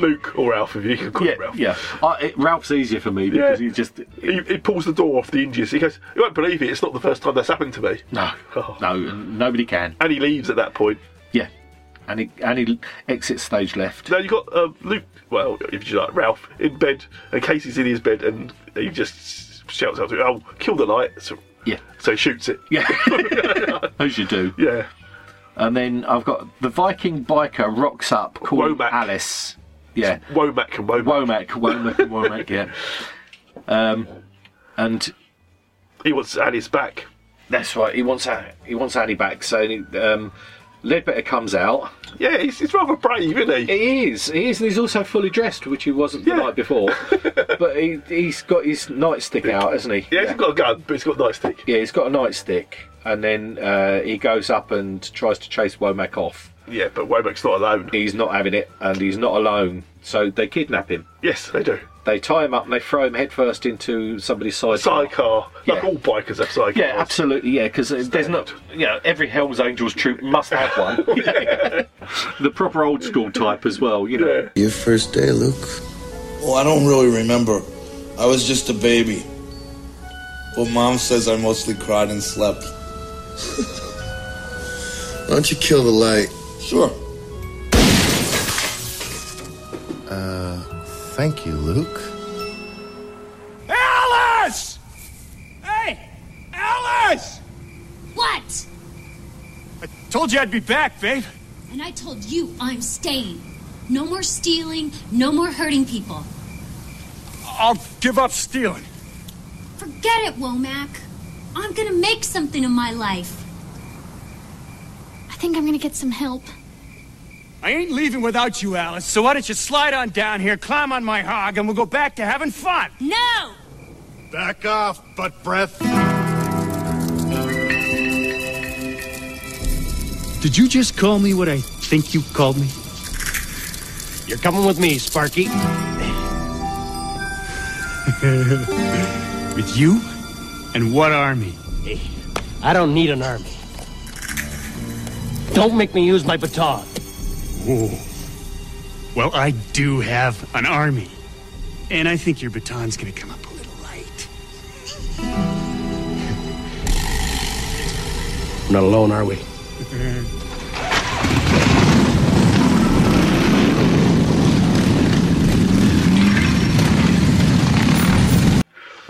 B: Luke or Ralph, if you can call
C: yeah,
B: him Ralph.
C: Yeah, I, it, Ralph's easier for me because he just
B: he, he pulls the door off the hinges. He goes, "You won't believe it. It's not the first time that's happened to me."
C: No,
B: Oh.
C: no, nobody can.
B: And he leaves at that point.
C: Yeah, and he and he exits stage left.
B: Now you got um, Luke. Well, if you like Ralph in bed, and Casey's in his bed, and he just shouts out to him, "Oh, kill the light!" So,
C: yeah.
B: So he shoots it.
C: Yeah. As you do.
B: Yeah.
C: And then I've got the Viking biker rocks up called Alice. Yeah.
B: Womack and
C: Womack. Womack, Womack and Womack, yeah. Um, and
B: he wants Alice back.
C: That's right. He wants Annie, he wants Annie back. So um, Ledbetter comes out.
B: Yeah, he's, he's rather brave, isn't he?
C: He is. He is, and he's also fully dressed, which he wasn't the night before. but he he's got his nightstick out, hasn't he?
B: Yeah, he's got a gun, but he's got a nightstick.
C: Yeah, he's got a nightstick, and then uh, he goes up and tries to chase Womack off.
B: Yeah, but Womack's not alone.
C: He's not having it, and he's not alone. So they kidnap him.
B: Yes, they do.
C: They tie him up and they throw him headfirst into somebody's sidecar.
B: Sidecar, like all bikers have sidecars.
C: Yeah, absolutely. Yeah, because there's not. Yeah, every Hell's Angels troop must have one. the proper old school type as well, you know.
P: Your first day, Luke. Oh, I don't really remember. I was just a baby. Well, mom says I mostly cried and slept.
O: Why don't you kill the light?
P: Sure.
O: Uh, thank you, Luke.
Q: Alice! Hey! Alice!
R: What?
Q: Told you I'd be back, babe.
R: And I told you I'm staying. No more stealing, no more hurting people.
Q: I'll give up stealing.
R: Forget it, Womack. I'm gonna make something of my life.
L: think I'm gonna get some help.
Q: I ain't leaving without you, Alice, so why don't you slide on down here, climb on my hog, and we'll go back to having fun?
R: No!
G: Back off, butt breath.
S: Did you just call me what I think you called me?
Q: You're coming with me, Sparky.
S: With you? And what army?
T: I don't need an army. Don't make me use my baton.
S: Whoa. Well, I do have an army. And I think your baton's gonna come up a little light.
T: We're not alone, are we?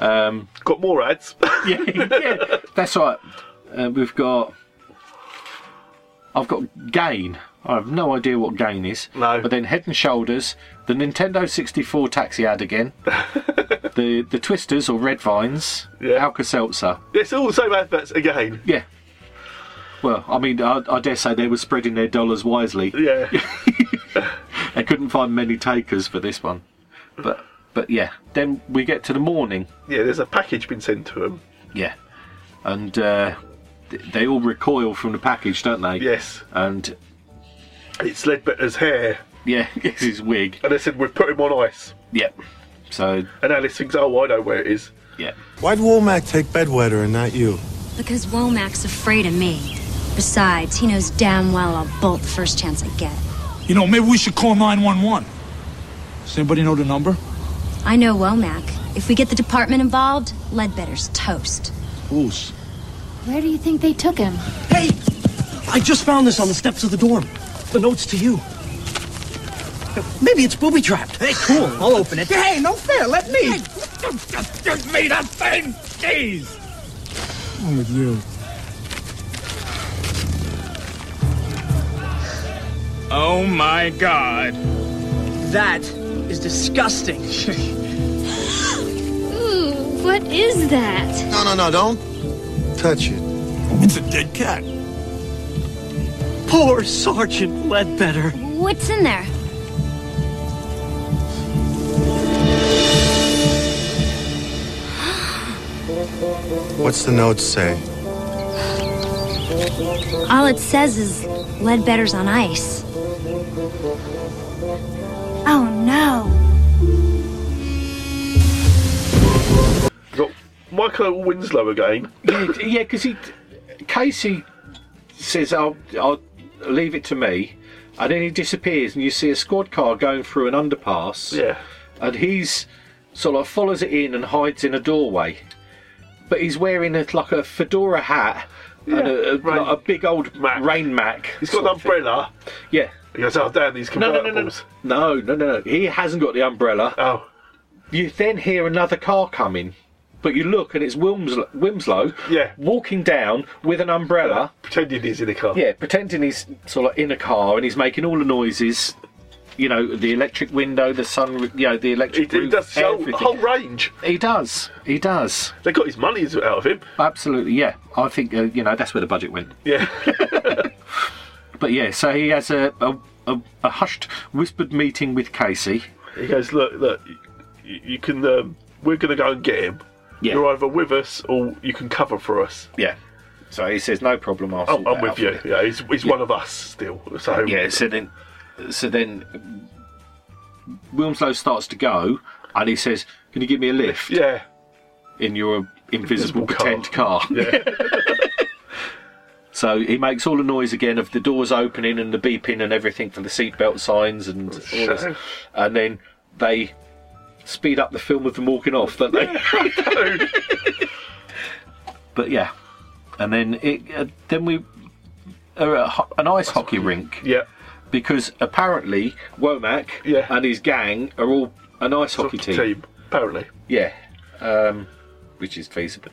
C: Um,
B: got more ads.
C: yeah, yeah, that's right. Uh, we've got. I've got Gain. I have no idea what Gain is. No. But then Head and Shoulders, the Nintendo 64 taxi ad again, the the Twisters or Red Vines, yeah. Alka Seltzer.
B: It's all the same adverts again.
C: Yeah. Well, I mean, I, I dare say they were spreading their dollars wisely.
B: Yeah.
C: I couldn't find many takers for this one. But but yeah, then we get to the morning.
B: Yeah, there's a package been sent to them.
C: Yeah, and uh, th- they all recoil from the package, don't they?
B: Yes.
C: And
B: It's Ledbetter's hair.
C: yeah, it's his wig.
B: And they said, we've put him on ice.
C: Yep. So.
B: And Alice thinks, oh, I know where it is.
C: Yeah.
J: Why'd Womack take Bedwetter and not you?
U: Because Womack's afraid of me. Besides, he knows damn well I'll bolt the first chance I get.
Q: You know, maybe we should call 911. Does anybody know the number?
U: I know Womack. If we get the department involved, Ledbetter's toast.
Q: Who's?
L: Where do you think they took him?
T: Hey! I just found this on the steps of the dorm. The note's to you. Maybe it's booby trapped. Hey, cool. I'll open it. Hey, no fair. Let me.
Q: Give me the thing! Jeez!
T: with you.
Q: Oh my god.
T: That is disgusting.
L: Ooh, what is that?
J: No, no, no, don't touch it. It's a dead cat.
T: Poor Sergeant Ledbetter.
L: What's in there?
J: What's the note say?
U: All it says is Ledbetter's on ice. Oh no.
B: Got Michael Winslow again.
C: yeah, yeah, because he, Casey says, "I'll, I'll leave it to me," and then he disappears, and you see a squad car going through an underpass.
B: Yeah.
C: and he's sort of follows it in and hides in a doorway, but he's wearing a, like a fedora hat and a, a, like a big old rain mac.
B: He's got an umbrella.
C: Yeah.
B: He goes, oh, damn, these
C: No, no, no, no,
B: convertibles.
C: no, no, no, no. He hasn't got the umbrella.
B: Oh.
C: You then hear another car coming, but you look and it's Wilms- Wimslow.
B: Yeah.
C: Walking down with an umbrella.
B: Pretending he's in a car.
C: Yeah, pretending he's sort of in a car and he's making all the noises. You know, the electric window, the sun, you know, the electric
B: He
C: roof,
B: does the whole,
C: everything.
B: whole range.
C: He does. He does.
B: They got his money out of him.
C: Absolutely, yeah. I think uh, you know that's where the budget went.
B: Yeah.
C: But yeah, so he has a a, a, a hushed, whispered meeting with Casey.
B: He goes, look, look, you, you can. Um, we're going to go and get him.
C: Yeah.
B: You're either with us or you can cover for us.
C: Yeah. So he says, "No problem, I'll
B: I'm,
C: sort
B: Oh, I'm
C: that out
B: with
C: for
B: you. Yeah, he's, he's one of us still. So
C: yeah, so then, so then, Wilmslow starts to go, and he says, "Can you give me a lift?"
B: Yeah.
C: In your invisible,
B: Invisible car.
C: pretend car.
B: Yeah.
C: so he makes all the noise again of the doors opening and the beeping and everything for the seatbelt signs and all
B: shame.
C: this, and then they speed up the film of them walking off, don't they? but yeah, and then it uh, then we are at a ho- an ice hockey rink.
B: Yeah.
C: Because apparently Womack
B: Yeah.
C: and his gang are all an ice hockey
B: Hockey
C: team.
B: team, apparently.
C: Yeah. Um, which is feasible.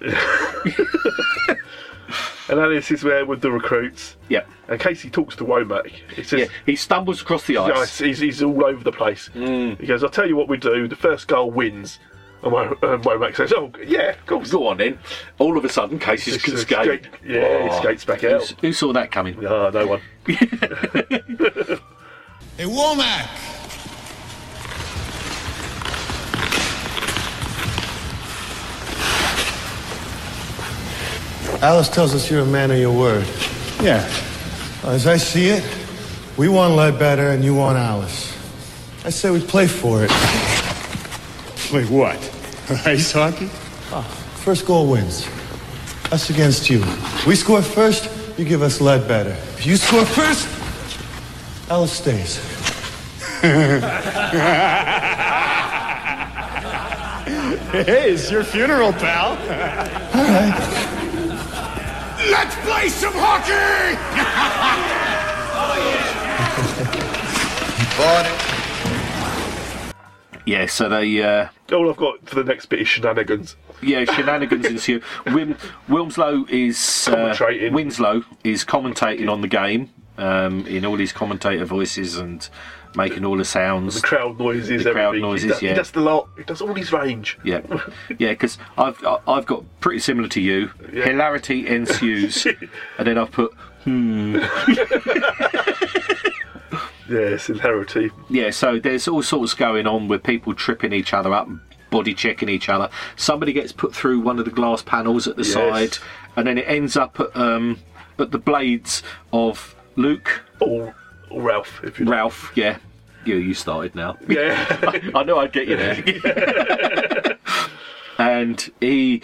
B: And Alice is there with the recruits.
C: Yeah.
B: And Casey talks to Womack. He says,
C: yeah. He stumbles across the ice. Mm.
B: Yes, he's, he's all over the place. He goes, I'll tell you what we do. The first goal wins. And my, uh, my mate says, "Oh, yeah, of course."
C: Go on then. All of a sudden, Casey's
B: Just, uh,
C: can skate.
B: skate- yeah, he skates back
C: who
B: out.
C: s- Who saw that coming?
B: No, no one.
V: Hey, Womack!
J: Alice tells us you're a man of your word. Yeah. As I see it, we want Ledbetter and you want Alice. I say we play for it. Wait, what? Ice hockey? Ah, first goal wins. Us against you. We score first, you give us Ledbetter. If you score first, Alice stays.
V: Hey, it's your funeral, pal. All right. Let's play some hockey!
C: Yeah, so they. Uh,
B: All I've got for the next bit is shenanigans.
C: Yeah, shenanigans ensue. Wim, Wilmslow is uh, Winslow is commentating on the game um, in all his commentator voices and making all the sounds,
B: The crowd noises,
C: the crowd
B: everything.
C: noises.
B: he does,
C: yeah,
B: he does the lot. He does all his range.
C: yeah, yeah. Because I've I- I've got pretty similar to you. Hilarity ensues, and then I've put hmm.
B: Yes, hilarity.
C: Yeah, so there's all sorts going on with people tripping each other up, body checking each other. Somebody gets put through one of the glass panels at the
W: Yes.
C: side, and then it ends up at, um, at the blades of Luke
B: or, or Ralph. If you
C: Ralph, yeah. You you started now.
B: Yeah,
C: I, I know I'd get you there. and he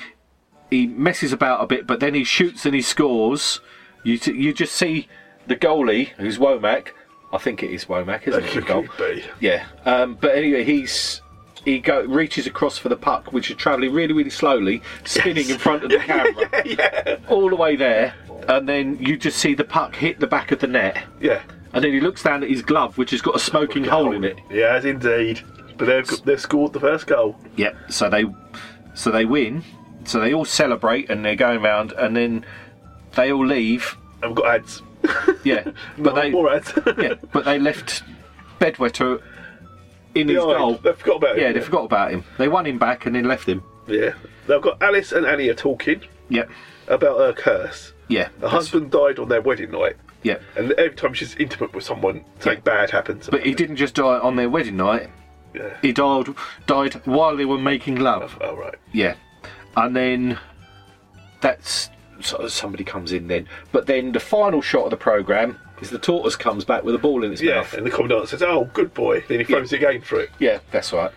C: he messes about a bit, but then he shoots and he scores. You t- you just see the goalie, who's Womack. I think it is Womack, isn't it? the goal? Yeah. Um, but anyway, he's he go, reaches across for the puck, which is travelling really, really slowly, spinning in front of the camera, all the way there, and then you just see the puck hit the back of the net.
B: Yeah.
C: And then he looks down at his glove, which has got a smoking hole in it.
B: Yes, indeed. But they've got- they've scored the first goal.
C: Yep. So they, so they win. So they all celebrate and they're going round, and then they all leave.
B: I've got ads.
C: Yeah, but they yeah, but they left Bedwetter in his
B: Behind.
C: goal.
B: They forgot about him,
C: yeah, they
B: yeah.
C: forgot about him. They won him back and then left him.
B: Yeah, they've got Alice and Annie are talking.
C: Yep.
B: About her curse.
C: Yeah.
B: Her husband died on their wedding night.
C: Yeah.
B: And every time she's intimate with someone, something bad happens.
C: But he didn't just die on their wedding night.
B: Yeah.
C: He died died while they were making love.
B: Oh right.
C: Yeah, and then that's so somebody comes in then. But then the final shot of the program is the tortoise comes back with a ball in its
B: Yeah,
C: mouth.
B: and the commandant says, "Oh, good boy." Then he throws the game through.
C: Yeah, that's right.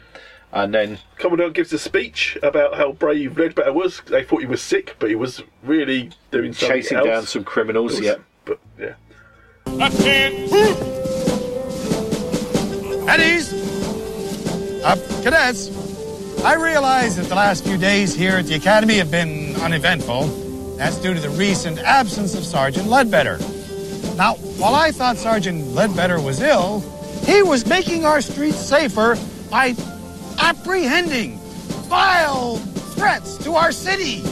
C: And then
B: commandant gives a speech about how brave Ledbetter was. They thought he was sick, but he was really doing something
C: Chasing
B: else.
C: down some criminals,
B: It
C: yeah.
B: But yeah.
G: That's it. Eddies! Up, cadets! I realize that the last few days here at the Academy have been uneventful. That's due to the recent absence of Sergeant Ledbetter. Now, while I thought Sergeant Ledbetter was ill, he was making our streets safer by apprehending vile threats to our city.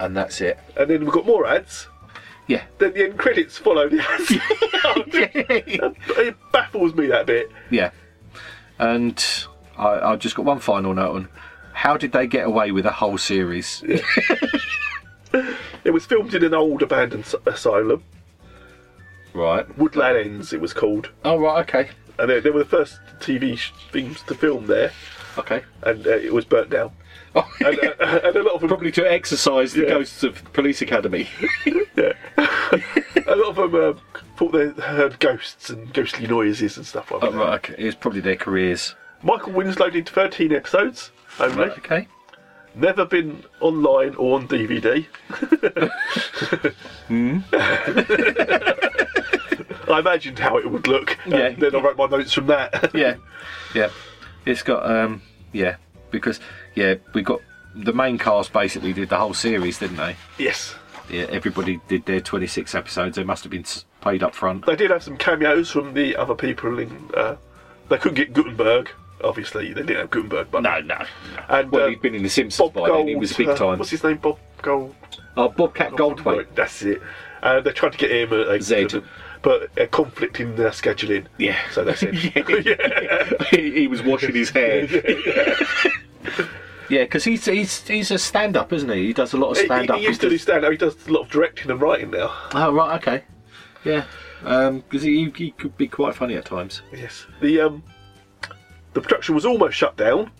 C: and that's it.
B: And then we've got more ads.
C: Yeah.
B: Then the end credits follow the ads. it baffles me that bit.
C: Yeah, and I, I've just got one final note on how did they get away with a whole series?
B: It was filmed in an old abandoned s- asylum.
C: Right.
B: Woodland Ends, it was called.
C: Oh, right, okay.
B: And they, they were the first TV sh- things to film there.
C: Okay.
B: And uh, it was burnt down.
C: Oh,
B: and, uh, and a lot of them,
C: Probably to exercise the ghosts of police academy.
B: a lot of them um, thought they heard ghosts and ghostly noises and stuff like
C: oh,
B: that.
C: right, okay. It was probably their careers.
B: Michael Winslow did 13 episodes only.
C: okay.
B: Never been online or on DVD.
C: Hmm?
B: I imagined how it would look. and
C: Yeah.
B: then I wrote my notes from that.
C: yeah, yeah. It's got um, yeah, because yeah, we got the main cast basically did the whole series, didn't they?
B: Yes.
C: Yeah, everybody did their 26 episodes. They must have been s- paid up front.
B: They did have some cameos from the other people in. Uh, they couldn't get Gutenberg. Obviously, they didn't have Gutenberg, but no,
C: no.
B: And
C: well,
B: uh,
C: he'd been in The Simpsons by then. He was big
B: uh,
C: time.
B: what's his name? Bob Gold.
C: Oh, Bobcat
B: Goldthwait. That's it. Uh, they tried to get him. Uh, they Zed. But a conflict in their scheduling.
C: Yeah.
B: So that's it.
C: he, he was washing his hair. yeah, because he's, he's he's a stand-up, isn't he? He does a lot of
B: He-
C: stand-up.
B: He, he used to do stand up. He does a lot of directing and writing now.
C: Oh right, okay, yeah, because he, he could be quite funny at times.
B: Yes. The um, the production was almost shut down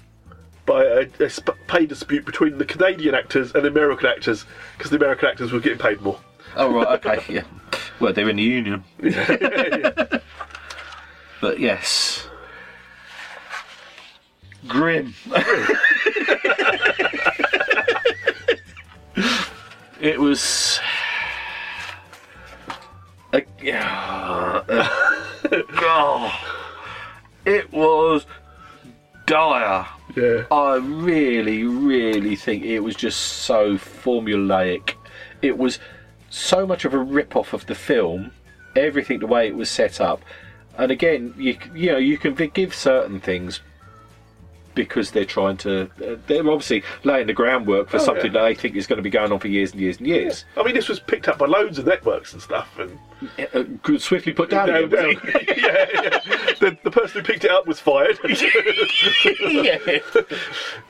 B: by a, a sp- pay dispute between the Canadian actors and the American actors because the American actors were getting paid more.
C: Oh right, okay, yeah. Well, they're in the union. but yes, grim. it was. Uh, yeah. oh, it was dire.
B: Yeah.
C: I really, really think it was just so formulaic. It was so much of a rip-off of the film. Everything the way it was set up, and again, you c- you know you can forgive certain things because they're trying to uh, they're obviously laying the groundwork for
B: Oh,
C: something
B: yeah.
C: that they think is going to be going on for years and years and years.
B: I mean, this was picked up by loads of networks and stuff, and
C: Uh, uh, swiftly put down.
B: No,
C: again, wasn't
B: no.
C: it?
B: yeah, yeah. The, the person who picked it up was fired.
C: yeah.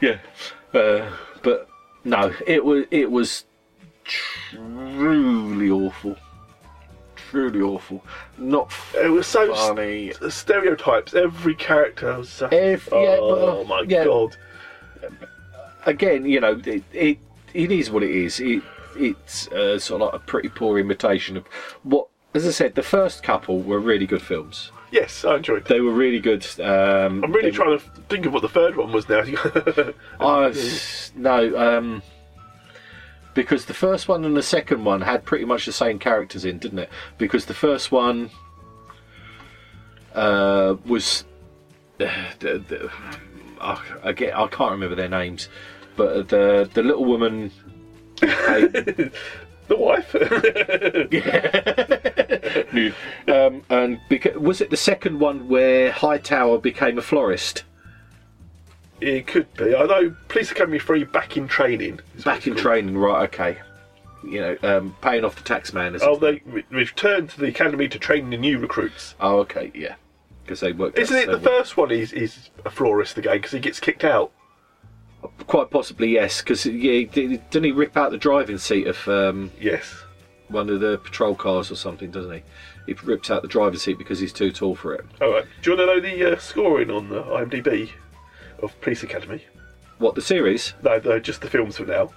C: yeah. Uh, but no, it was it was truly awful. Truly awful. Not
B: It was so s-
C: funny.
B: s- stereotypes. Every character was so.
C: If- yeah,
B: oh
C: but, uh,
B: my
C: yeah.
B: god!
C: Again, you know, it it, it is what it is. It it's uh, sort of like a pretty poor imitation of what, as I said, the first couple were really good films.
B: Yes, I enjoyed.
C: They were really good. Um,
B: I'm really
C: they-
B: trying to think of what the third one was now.
C: I Uh, no, um, because the first one and the second one had pretty much the same characters in, didn't it? Because the first one uh, was the, the, I, I get I can't remember their names, but the the little woman, the
B: wife,
C: um, and beca- was it the second one where Hightower became a florist?
B: it could be. I know Police Academy Three back in training.
C: Back in training, right? Okay, you know, um, paying off the tax man. As
B: Oh, they re- returned to the academy to train the new recruits.
C: Oh, okay, yeah. Because they worked.
B: Isn't
C: out
B: it the
C: they were-
B: first one? Is is a florist again because he gets kicked out?
C: Quite possibly, yes. Because yeah, d- didn't he rip out the driving seat of um,
B: yes
C: one of the patrol cars or something? Doesn't he? He rips out the driving seat because he's too tall for it.
B: All right. Do you want to know the uh, scoring on the IMDb of Police Academy?
C: What the series?
B: No, no, just the films for now.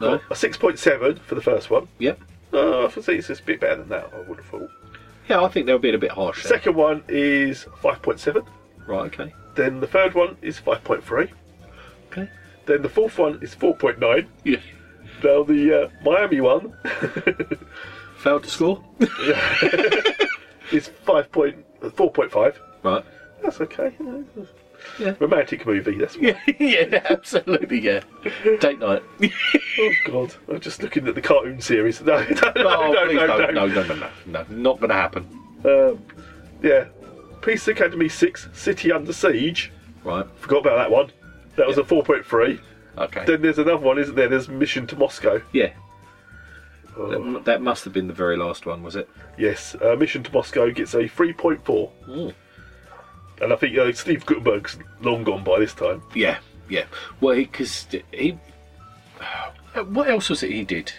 C: No.
B: A six point seven for the first one.
C: Yep.
B: No, I think it's a bit better than that. I would have thought.
C: Yeah, I think they were being a bit harsh. there.
B: Second one is five point seven.
C: Right. Okay.
B: Then the third one is five point three.
C: Okay.
B: Then the fourth one is four point nine.
C: Yeah.
B: Now the uh, Miami one
C: Failed to score.
B: is five point four point five.
C: Right.
B: That's okay. you know, it's a
C: Yeah.
B: Romantic movie. That's what.
C: Yeah, yeah, absolutely, yeah. Date night.
B: oh God! I'm just looking at the cartoon series. No, no, no,
C: oh,
B: no,
C: please
B: no,
C: don't.
B: no.
C: No, no, no, no, no. Not going to happen.
B: Um, yeah, Peace Academy 6, City Under Siege.
C: Right.
B: Forgot about that one. That was a 4.3.
C: Okay.
B: Then there's another one, isn't there? There's Mission to Moscow.
C: Yeah.
B: Oh.
C: That, mu- that must have been the very last one, was it?
B: Yes, uh, Mission to Moscow gets a 3.4.
C: Mm.
B: And I think uh, Steve Gutenberg's long gone by this time.
C: Yeah, yeah. Well, because he, what else was it he did?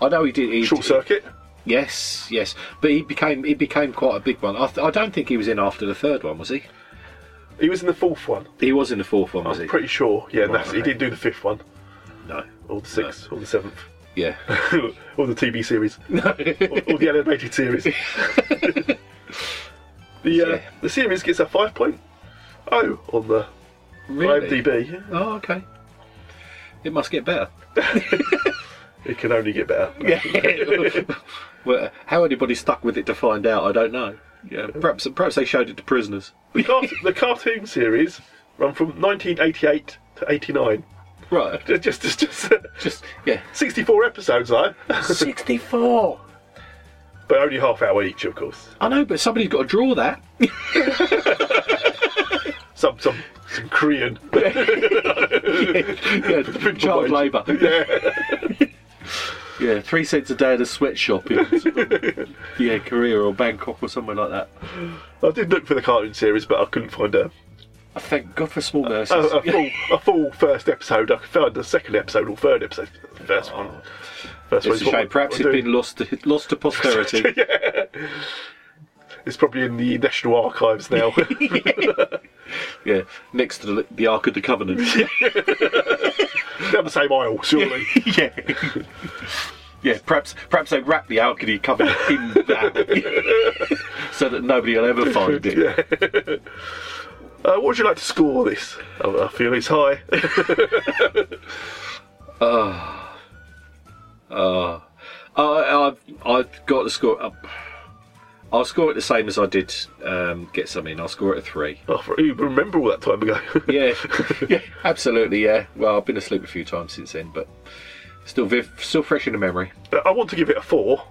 C: I know he did. He,
B: Short Circuit.
C: Yes, yes. But he became he became quite a big one. I, th- I don't think he was in after the third one, was he?
B: He was in the fourth one.
C: He was in the fourth one, was
B: I'm
C: he?
B: Oh, pretty sure. Yeah, that's, he
C: okay.
B: did do the fifth one,
C: No.
B: or the sixth, or the seventh,
C: Yeah.
B: or the TV series, or, or the animated series. the uh, the series gets a 5.0 on the
C: Really?
B: IMDb.
C: Oh, okay. It must get better.
B: It can only get better.
C: well, how anybody stuck with it to find out, I don't know. Yeah, perhaps perhaps they showed it to prisoners.
B: The, cart- the cartoon series run from 1988 to 89.
C: Right.
B: Just, just, just, just,
C: yeah.
B: 64 episodes, though.
C: 64.
B: But only half hour each, of course.
C: I know, but somebody's got to draw that.
B: some some, some Korean.
C: child labour.
B: Yeah.
C: Yeah, three cents a day at a sweatshop in yeah, Korea or Bangkok or somewhere like that.
B: I did look for the cartoon series, but I couldn't find a
C: I thank God for small nurses.
B: Oh, a, a full a full first episode. I found the second episode or third episode. The first one. First
C: it's
B: one's
C: a
B: what
C: shame.
B: we-
C: Perhaps
B: we're
C: it's
B: doing.
C: been lost to, lost to posterity.
B: It's probably in the National Archives now.
C: yeah, next to the, the Ark of the Covenant.
B: They're on the same aisle, surely.
C: yeah. Yeah, perhaps perhaps they wrap the Ark of the Covenant in that, so that nobody will ever find it.
B: Uh, what would you like to score this? I, I feel it's high.
C: Uh, uh, I, I've, I've got to score. Uh, I'll score it the same as I did um, get some in. I'll score it a three.
B: Oh, for, you remember all that time ago?
C: yeah, yeah, absolutely. Yeah. Well, I've been asleep a few times since then, but still, viv- still fresh in the memory.
B: I want to give it a four,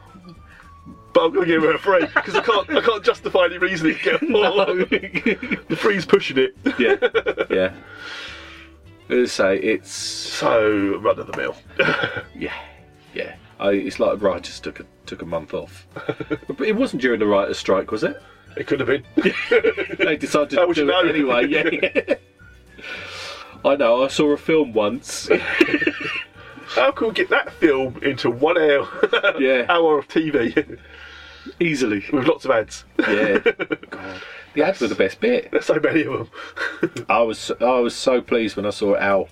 B: but I'm going to give it a three because I can't. I can't justify any reason it get a four. the three's pushing it.
C: Yeah, yeah. As I say, it's so
B: run of the mill.
C: yeah, yeah. I, it's like the writers took a took a month off, but it wasn't during the writers' strike, was it?
B: It could have been.
C: they decided
B: How
C: to
B: would
C: do
B: you know?
C: it anyway. Yeah, yeah. I know. I saw a film once.
B: How can we get that film into one hour?
C: Yeah.
B: hour of TV
C: easily
B: with lots of ads.
C: Yeah. The ads were the best bit.
B: There's so many of
C: them. I was I was so pleased when I saw Al.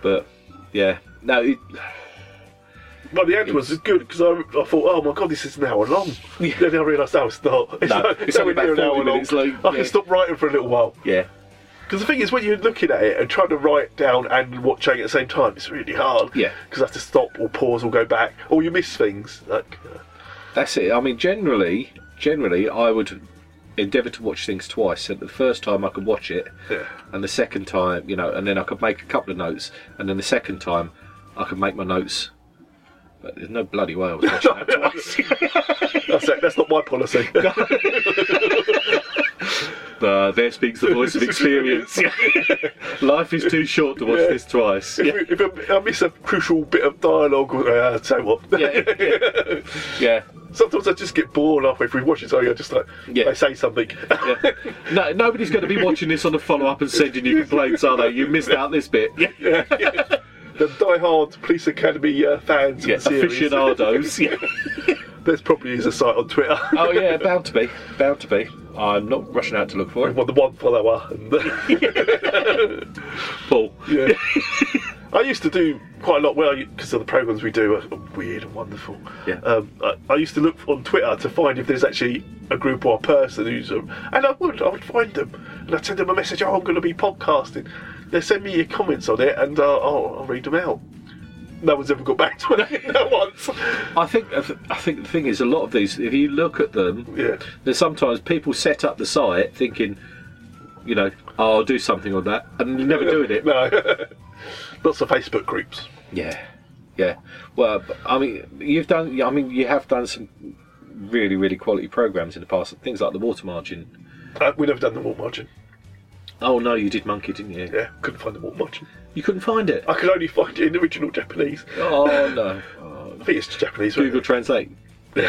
C: But yeah, no, it,
B: But the end was good because I, I thought, oh my god, this is an hour long. Then I realised, no, it's not. It's,
C: No,
B: not-
C: it's only
B: nowhere
C: about
B: near
C: 40 minutes long,
B: I
C: yeah.
B: can stop writing for a little while.
C: yeah,
B: Because the thing is, when you're looking at it and trying to write down and watching at the same time, it's really hard.
C: Yeah.
B: Because I have to stop or pause or go back, or you miss things. Like, uh,
C: that's it. I mean, generally, generally, I would endeavour to watch things twice. So the first time I could watch it,
B: yeah.
C: and the second time, you know, and then I could make a couple of notes, and then the second time, I could make my notes. But there's no bloody way I was watching that twice.
B: that's it. That's not my policy.
C: Uh, there speaks the voice of experience. Life is too short to watch
B: Yeah.
C: this twice.
B: If, if I- I miss a crucial bit of dialogue, uh, so what?
C: Yeah.
B: Sometimes I just get bored halfway through watching something. I just like they say something.
C: No, nobody's going to be watching this on the follow up and sending you complaints, are they? You missed out this bit. Yeah.
B: the die-hard police academy uh, fans,
C: Yeah,
B: of the series.
C: aficionados, yeah.
B: There's probably is a site on Twitter.
C: Oh yeah, bound to be, bound to be. I'm not rushing out to look for it.
B: Well, the one follower, and
C: Paul.
B: Yeah. I used to do quite a lot well because of the programs we do are weird and wonderful.
C: Yeah.
B: Um, I, I used to look on Twitter to find if there's actually a group or a person who's um, and I would I would find them and I'd send them a message. Oh, I'm going to be podcasting. They send me your comments on it and uh, I'll, I'll read them out. No one's ever got back to it. no once.
C: I think I think the thing is a lot of these. If you look at them,
B: Yeah.
C: there's sometimes people set up the site thinking, you know, oh, I'll do something on that, and they're never doing it.
B: No. Lots of Facebook groups.
C: Yeah, yeah. Well, b- I mean, you've done. I mean, you have done some really, really quality programs in the past. Things like the water margin.
B: Uh, we never done the wall margin.
C: Oh no, you did monkey, didn't you?
B: Yeah, couldn't find the wall margin.
C: You couldn't find it.
B: I could only find it in the original Japanese.
C: Oh no.
B: I think it's Japanese. wasn't
C: Google Translate.
B: it?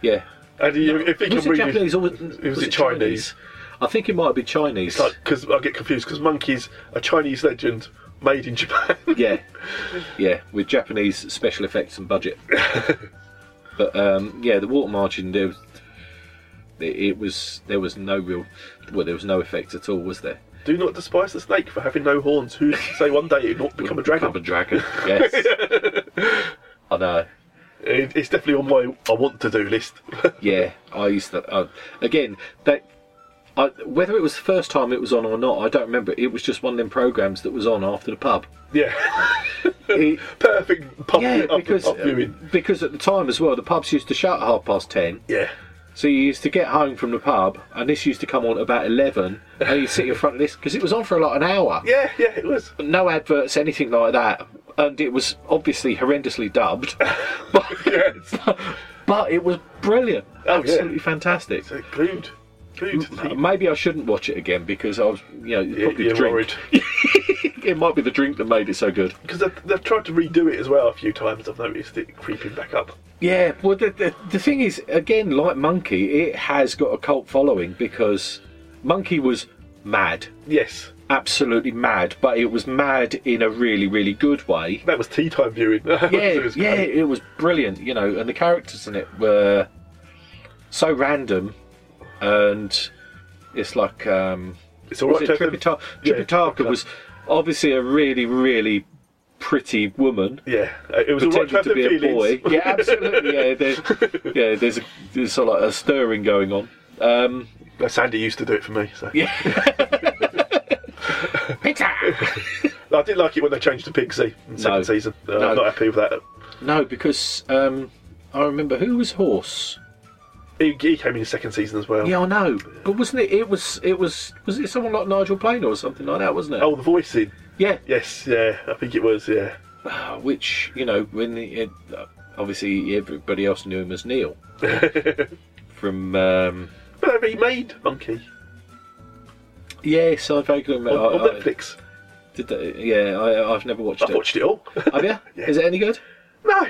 B: Yeah.
C: Yeah.
B: And you, if you
C: was
B: can
C: it
B: read
C: Japanese or was,
B: it was, it Chinese?
C: I think it might be Chinese.
B: It's like because I get confused because monkeys a Chinese legend made in Japan.
C: yeah, yeah, with Japanese special effects and budget. but um, yeah, the water margin there was, it, it was there was no real well there was no effect at all, was there?
B: Do not despise the snake for having no horns. Who is to say one day it will not become a dragon?
C: Become a dragon. Yes, I know.
B: It, it's definitely on my I want to do list.
C: Yeah, I used to. Uh, again, that I, whether it was the first time it was on or not, I don't remember. It was just one of them programs that was on after the pub.
B: Yeah. Perfect pub,
C: yeah,
B: up-
C: because um, uh,
B: up viewing.
C: because at the time as well, the pubs used to shut at half past ten.
B: Yeah.
C: So you used to get home from the pub, and this used to come on about eleven, and you sit in front of this because it was on for like an hour.
B: Yeah, yeah, it was.
C: No adverts, anything like that, and it was obviously horrendously dubbed, but,
B: yes.
C: but it was brilliant,
B: Oh, yeah.
C: absolutely fantastic.
B: It's a glued.
C: M- Uh, Maybe I shouldn't watch it again because I was, you know, probably
B: you're
C: the drink. it might be the drink that made it so good.
B: Because they've, they've tried to redo it as well a few times. I've noticed it creeping back up.
C: Yeah, well, the, the, the thing is, again, like Monkey, it has got a cult following because Monkey was mad.
B: Yes.
C: Absolutely mad, but it was mad in a really, really good way.
B: That was tea time viewing.
C: yeah,
B: It was
C: yeah,
B: great.
C: it was brilliant, you know, and the characters in it were so random and it's like. Um,
B: It's all right
C: was
B: to
C: it
B: have them-
C: Tripita-
B: yeah,
C: Tripitaka was obviously a really, really pretty woman.
B: Yeah, uh, it was all right to
C: pretending
B: have
C: to be
B: them
C: a boy.
B: feelings.
C: Yeah, absolutely. Yeah, there's, yeah, there's, a, there's sort of like a stirring going on. Um,
B: Sandy used to do it for me. So.
C: Yeah.
B: I did like it when they changed to Pixie in the second
C: No.
B: season. Uh,
C: No.
B: I'm not happy with that.
C: No, because um, I remember who was Horse.
B: He, he came in the second season as well.
C: Yeah, I know, but wasn't it? It was. It was. Was it someone like Nigel Plain or something like that? Wasn't it?
B: Oh, the voicing.
C: Yeah.
B: Yes. Yeah. I think it was. Yeah.
C: Uh, Which you know, when he- it, uh, obviously everybody else knew him as Neil from. Um,
B: But they remade Monkey.
C: yes, I vaguely remember.
B: On- on
C: I- I-
B: Netflix.
C: Did they, yeah, I, I've never watched
B: I've
C: it.
B: watched it all.
C: Have you? Is it any good?
B: No.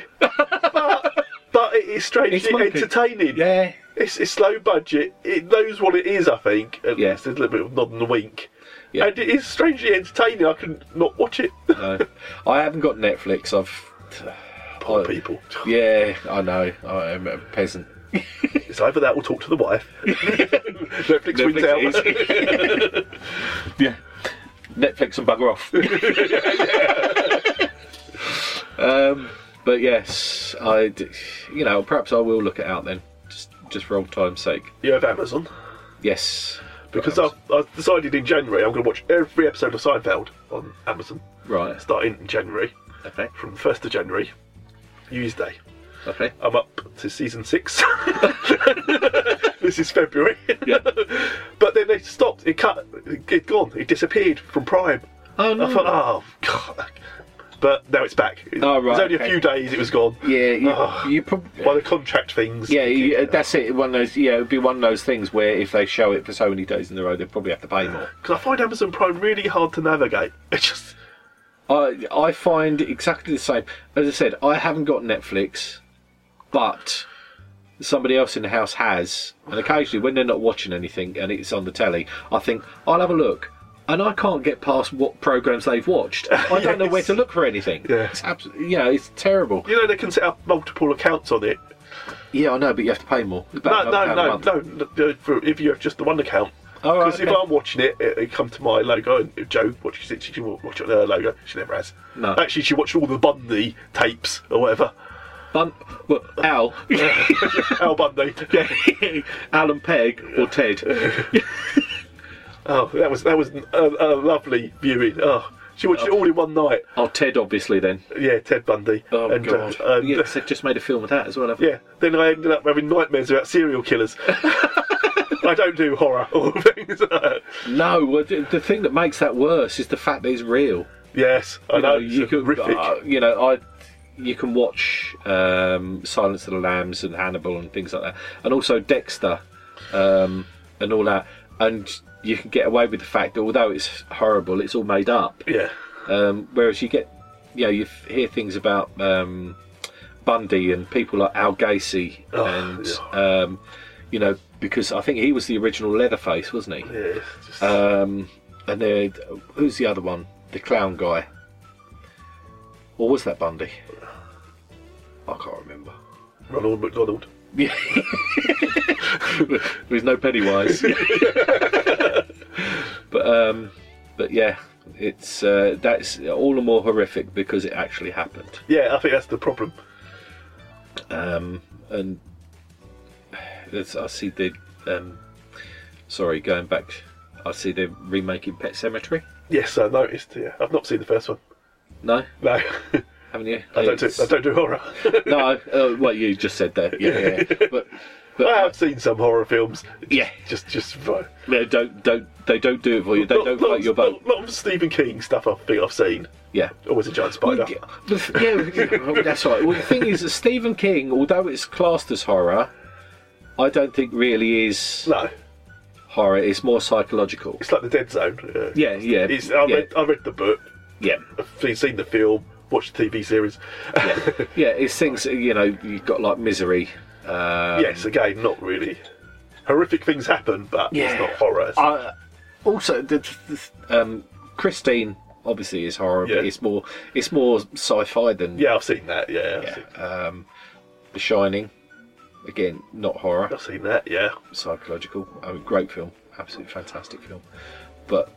B: But it is strangely
C: It's Monkey.
B: entertaining.
C: Yeah.
B: It's, it's low budget. It knows what it is, I think. At
C: Yeah.
B: least there's a little bit of nod and a wink.
C: Yeah. Uh,
B: And it is strangely entertaining. I can not watch it.
C: No, I haven't got Netflix. I've uh,
B: poor people.
C: Yeah, I know. I am a peasant.
B: It's either that or talk to the wife. Netflix, wins out.
C: Netflix yeah, Netflix and bugger off. um, but yes, I. d- You know, perhaps I will look it out then, just just for old time's sake.
B: You have Amazon.
C: Yes,
B: Because I've, I've decided in January I'm going to watch every episode of Seinfeld on Amazon.
C: Right.
B: Starting in January.
C: Okay.
B: From 1st of January, New Year's Day.
C: Okay.
B: I'm up to season six. this is February. but then they stopped. It cut. It gone. It disappeared from Prime.
C: Oh
B: I thought, oh god. But now it's back. It,
C: Oh, right,
B: it was only
C: okay.
B: a few days. It was gone.
C: Yeah. You,
B: Oh.
C: you
B: By the contract things.
C: Yeah, you, uh, that's it. One of those. Yeah, it'd be one of those things where if they show it for so many days in a row, they'd probably have to pay more.
B: Because I find Amazon Prime really hard to navigate. It's just
C: I I find exactly the same. As I said, I haven't got Netflix, but somebody else in the house has, and occasionally when they're not watching anything and it's on the telly, I think I'll have a look, and I can't get past what programs they've watched. I don't know where to look for anything. Yeah, it's absolutely. You know, it's terrible.
B: You know they can set up multiple accounts on it.
C: Yeah, I know, but you have to pay more.
B: no,
C: About
B: no,
C: £1 a
B: no,
C: month.
B: no, no, no, for- If you have just the one account.
C: Oh, right,
B: Because if
C: okay.
B: I'm watching it, it, it come to my logo, and if Joe watches it, she can wa- watch it on her logo. She never has.
C: No.
B: Actually, she watched all the Bundy tapes or whatever.
C: Bun, well, Al.
B: Al Bundy.
C: Alan Pegg or Ted.
B: oh, that was that was a, a lovely viewing. Oh, she watched it all in one night.
C: Oh, Ted, obviously, then.
B: Yeah, Ted Bundy.
C: Oh,
B: And, uh,
C: God. yes, they've just made a film of that as well, haven't
B: Yeah. Then I ended up having nightmares about serial killers. I don't do horror or things. like that.
C: they? No, well, the, the thing that makes that worse is the fact that he's real.
B: Yes, I
C: you
B: know. it's
C: you, can,
B: horrific.
C: uh, you know, I, you can watch um, Silence of the Lambs and Hannibal and things like that, and also Dexter um, and all that, and you can get away with the fact that although it's horrible, it's all made up.
B: Yeah.
C: Um, whereas you get, you know, you f- hear things about um, Bundy and people like Al Gacy,
B: Oh,
C: and um, you know, because I think he was the original Leatherface, wasn't he?
B: Yeah, it's just-
C: Um, and then who's the other one? The clown guy, or was that Bundy? I can't remember.
B: Ronald McDonald.
C: Yeah. There's no Pennywise. but um, but yeah, it's uh, that's all the more horrific because it actually happened.
B: Yeah, I think that's the problem.
C: Um, and it's, I see the um, sorry, going back, I see they're remaking Pet Cemetery.
B: Yes, I noticed. Yeah, I've not seen the first one.
C: No,
B: No,
C: haven't you?
B: I don't do. I don't do horror.
C: no, uh, well, you just said that. Yeah, yeah. yeah. But,
B: I have seen some horror films.
C: Yeah,
B: just just right.
C: they don't don't they don't do it for you. They don't float your boat.
B: A lot of Stephen King stuff I think I've seen.
C: Yeah.
B: Always a giant spider.
C: The th- yeah, well, that's right. Well, the thing is that Stephen King, although it's classed as horror, I don't think really is.
B: No.
C: horror. It's more psychological.
B: It's like the Dead Zone. uh,
C: Yeah, yeah,
B: It's, I,
C: yeah.
B: Read, I read the book.
C: Yeah.
B: I've seen the film, watched the TV series.
C: yeah. yeah, it's things you know. You've got like misery. Um,
B: yes, again, not really. Horrific things happen, but
C: Yeah.
B: it's not horror.
C: Uh, also, the, the, um, Christine obviously is horror, but it's more it's more sci-fi than
B: yeah. I've seen that. Yeah, I've seen
C: Um, the Shining, again, not horror.
B: I've seen that. Yeah,
C: psychological. I mean, great film, absolutely fantastic film. But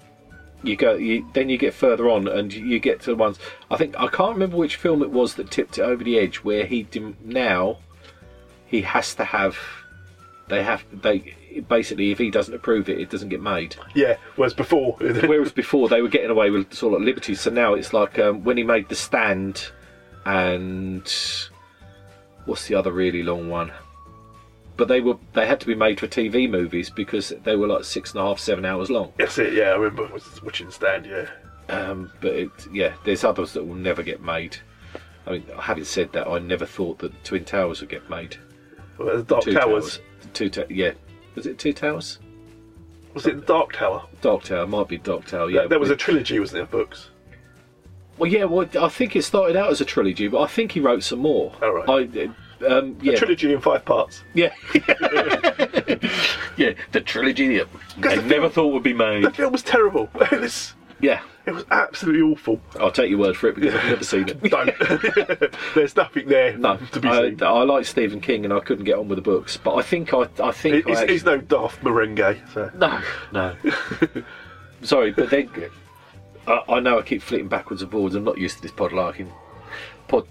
C: you go, you, then you get further on, and you- you get to the ones. I think I can't remember which film it was that tipped it over the edge, where he dim, now he has to have. They have they basically if he doesn't approve it, it doesn't get made.
B: yeah. Whereas before,
C: Whereas before they were getting away with sort of liberties, so now it's like um, when he made the stand, and what's the other really long one? But they were they had to be made for TV movies because they were like six and a half, seven hours long.
B: that's it. Yeah, I remember was watching Stand. Yeah,
C: Um, but it, yeah, there's others that will never get made. I mean, having said that, I never thought that Twin Towers would get made.
B: Well, the Dark Towers.
C: Two ta- yeah. Was it Two Towers?
B: Was it the Dark Tower?
C: Dark Tower might be Dark Tower.
B: yeah.
C: Yeah,
B: There, was a
C: With-
B: trilogy, wasn't there? Books.
C: Well, yeah, well, I think it started out as a trilogy, but I think he wrote some more. All right. I, uh, um, yeah.
B: A trilogy in five parts.
C: Yeah. yeah, the trilogy that I never thought would be made.
B: The film was terrible. It's-
C: Yeah.
B: it was absolutely awful.
C: I'll take your word for it because I've never seen it.
B: There's nothing there
C: no,
B: to be
C: I,
B: seen.
C: I like Stephen King and I couldn't get on with the books, but I think I, I think
B: It-
C: I
B: it's,
C: actually-
B: it's no Darth Merengue. So.
C: No. No. Sorry, but they. I, I know I keep flitting backwards and forwards. I'm not used to this podlarking, pod,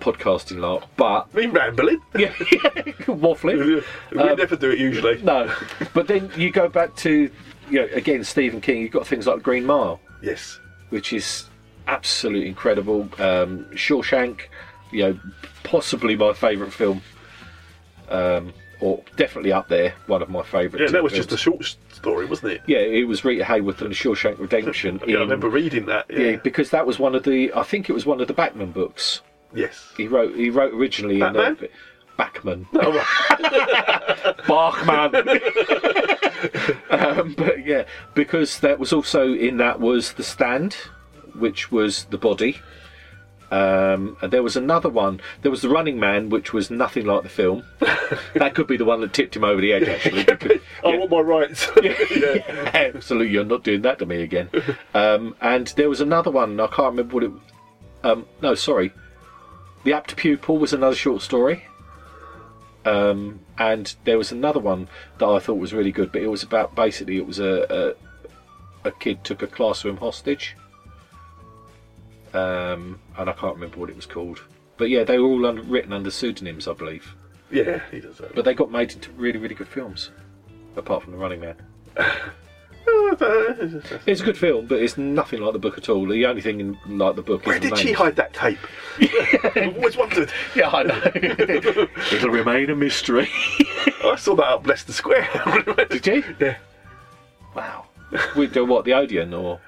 C: podcasting lark, but.
B: Me rambling.
C: Yeah. Waffling.
B: We never do it usually.
C: Um, No. But then you go back to, you know, again, Stephen King, you've got things like Green Mile.
B: Yes.
C: Which is absolutely incredible. Um, Shawshank, you know, possibly my favourite film. Um, or definitely up there, one of my favourite.
B: Yeah, that was
C: films.
B: just a short s- story, wasn't it?
C: Yeah, it was Rita Hayworth and Shawshank Redemption.
B: Yeah, I remember reading that. Yeah.
C: because that was one of the. I think it was one of the Backman books.
B: Yes.
C: He wrote. He wrote originally in the. Backman. Bachman. um, but yeah, because that was also in that was the stand, which was the body. Um, and there was another one. There was the Running Man, which was nothing like the film. that could be the one that tipped him over the edge, actually. because-
B: I want Oh, my rights.
C: Absolutely, you're not doing that to me again. Um, and there was another one, and I can't remember what it. Um, no, sorry. The Apt Pupil was another short story. Um, and there was another one that I thought was really good, but it was about basically it was a a, a kid took a classroom hostage. Um, and I can't remember what it was called, but yeah, they were all under, written under pseudonyms, I believe.
B: Yeah, he does that.
C: But they got made into really, really good films, apart from The Running Man. It's a good film, but it's nothing like the book at all. The only thing in, like the book.
B: Where
C: is the
B: did she
C: name.
B: hide that tape? I've always wondered.
C: Yeah, I know. It'll remain a mystery.
B: I saw that up Leicester Square.
C: did you?
B: Yeah.
C: Wow. With the, what the Odeon
B: Uh,
C: or?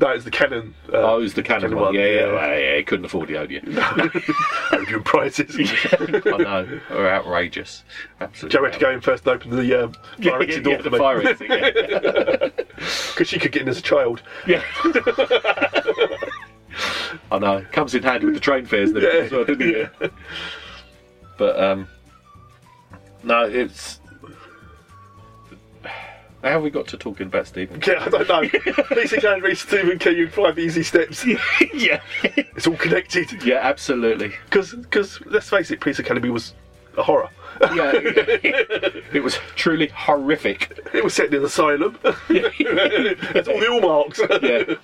B: No, it's the Canon. Uh,
C: oh, it was the Canon,
B: Canon
C: one.
B: one,
C: Yeah, yeah,
B: yeah.
C: well, yeah. It couldn't afford the Odeon. Oh.
B: Odeon prices.
C: I know. Are outrageous. Absolutely.
B: Joe had to go in first and open the um,
C: Yeah,
B: fire exit
C: yeah,
B: door
C: yeah,
B: for
C: the
B: me.
C: fire exit,
B: Because she could get in as a child.
C: Yeah. I know. Oh, Comes in handy with the train fares and everything
B: Yeah.
C: as well, doesn't it? But um, no, it's. How have we got to talking about Stephen? King?
B: Yeah, I don't know. Lisa can read Stephen King in five easy steps.
C: yeah.
B: It's all connected.
C: Yeah, absolutely.
B: Because, let's face it, Police Academy was a horror.
C: Yeah. it was truly horrific.
B: It was set in an asylum. it's all the hallmarks.
C: yeah,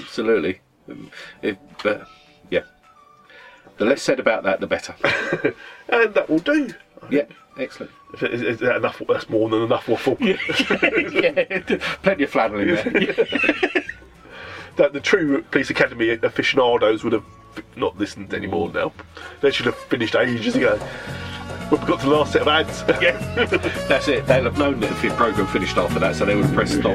C: absolutely. Um, It, but yeah, the less said about that, the better.
B: and that will do.
C: Yeah, excellent.
B: Is, is that enough? That's more than enough waffle.
C: yeah, plenty of flannel in there.
B: that the true police academy aficionados would have not listened anymore now. They should have finished ages ago. But we got to the last set of ads.
C: That's it. They'll have known that if your program finished after that, so they would have pressed stop.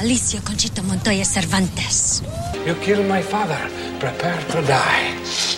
L: Alicia Conchita Montoya Cervantes.
X: You killed my father. Prepare to die.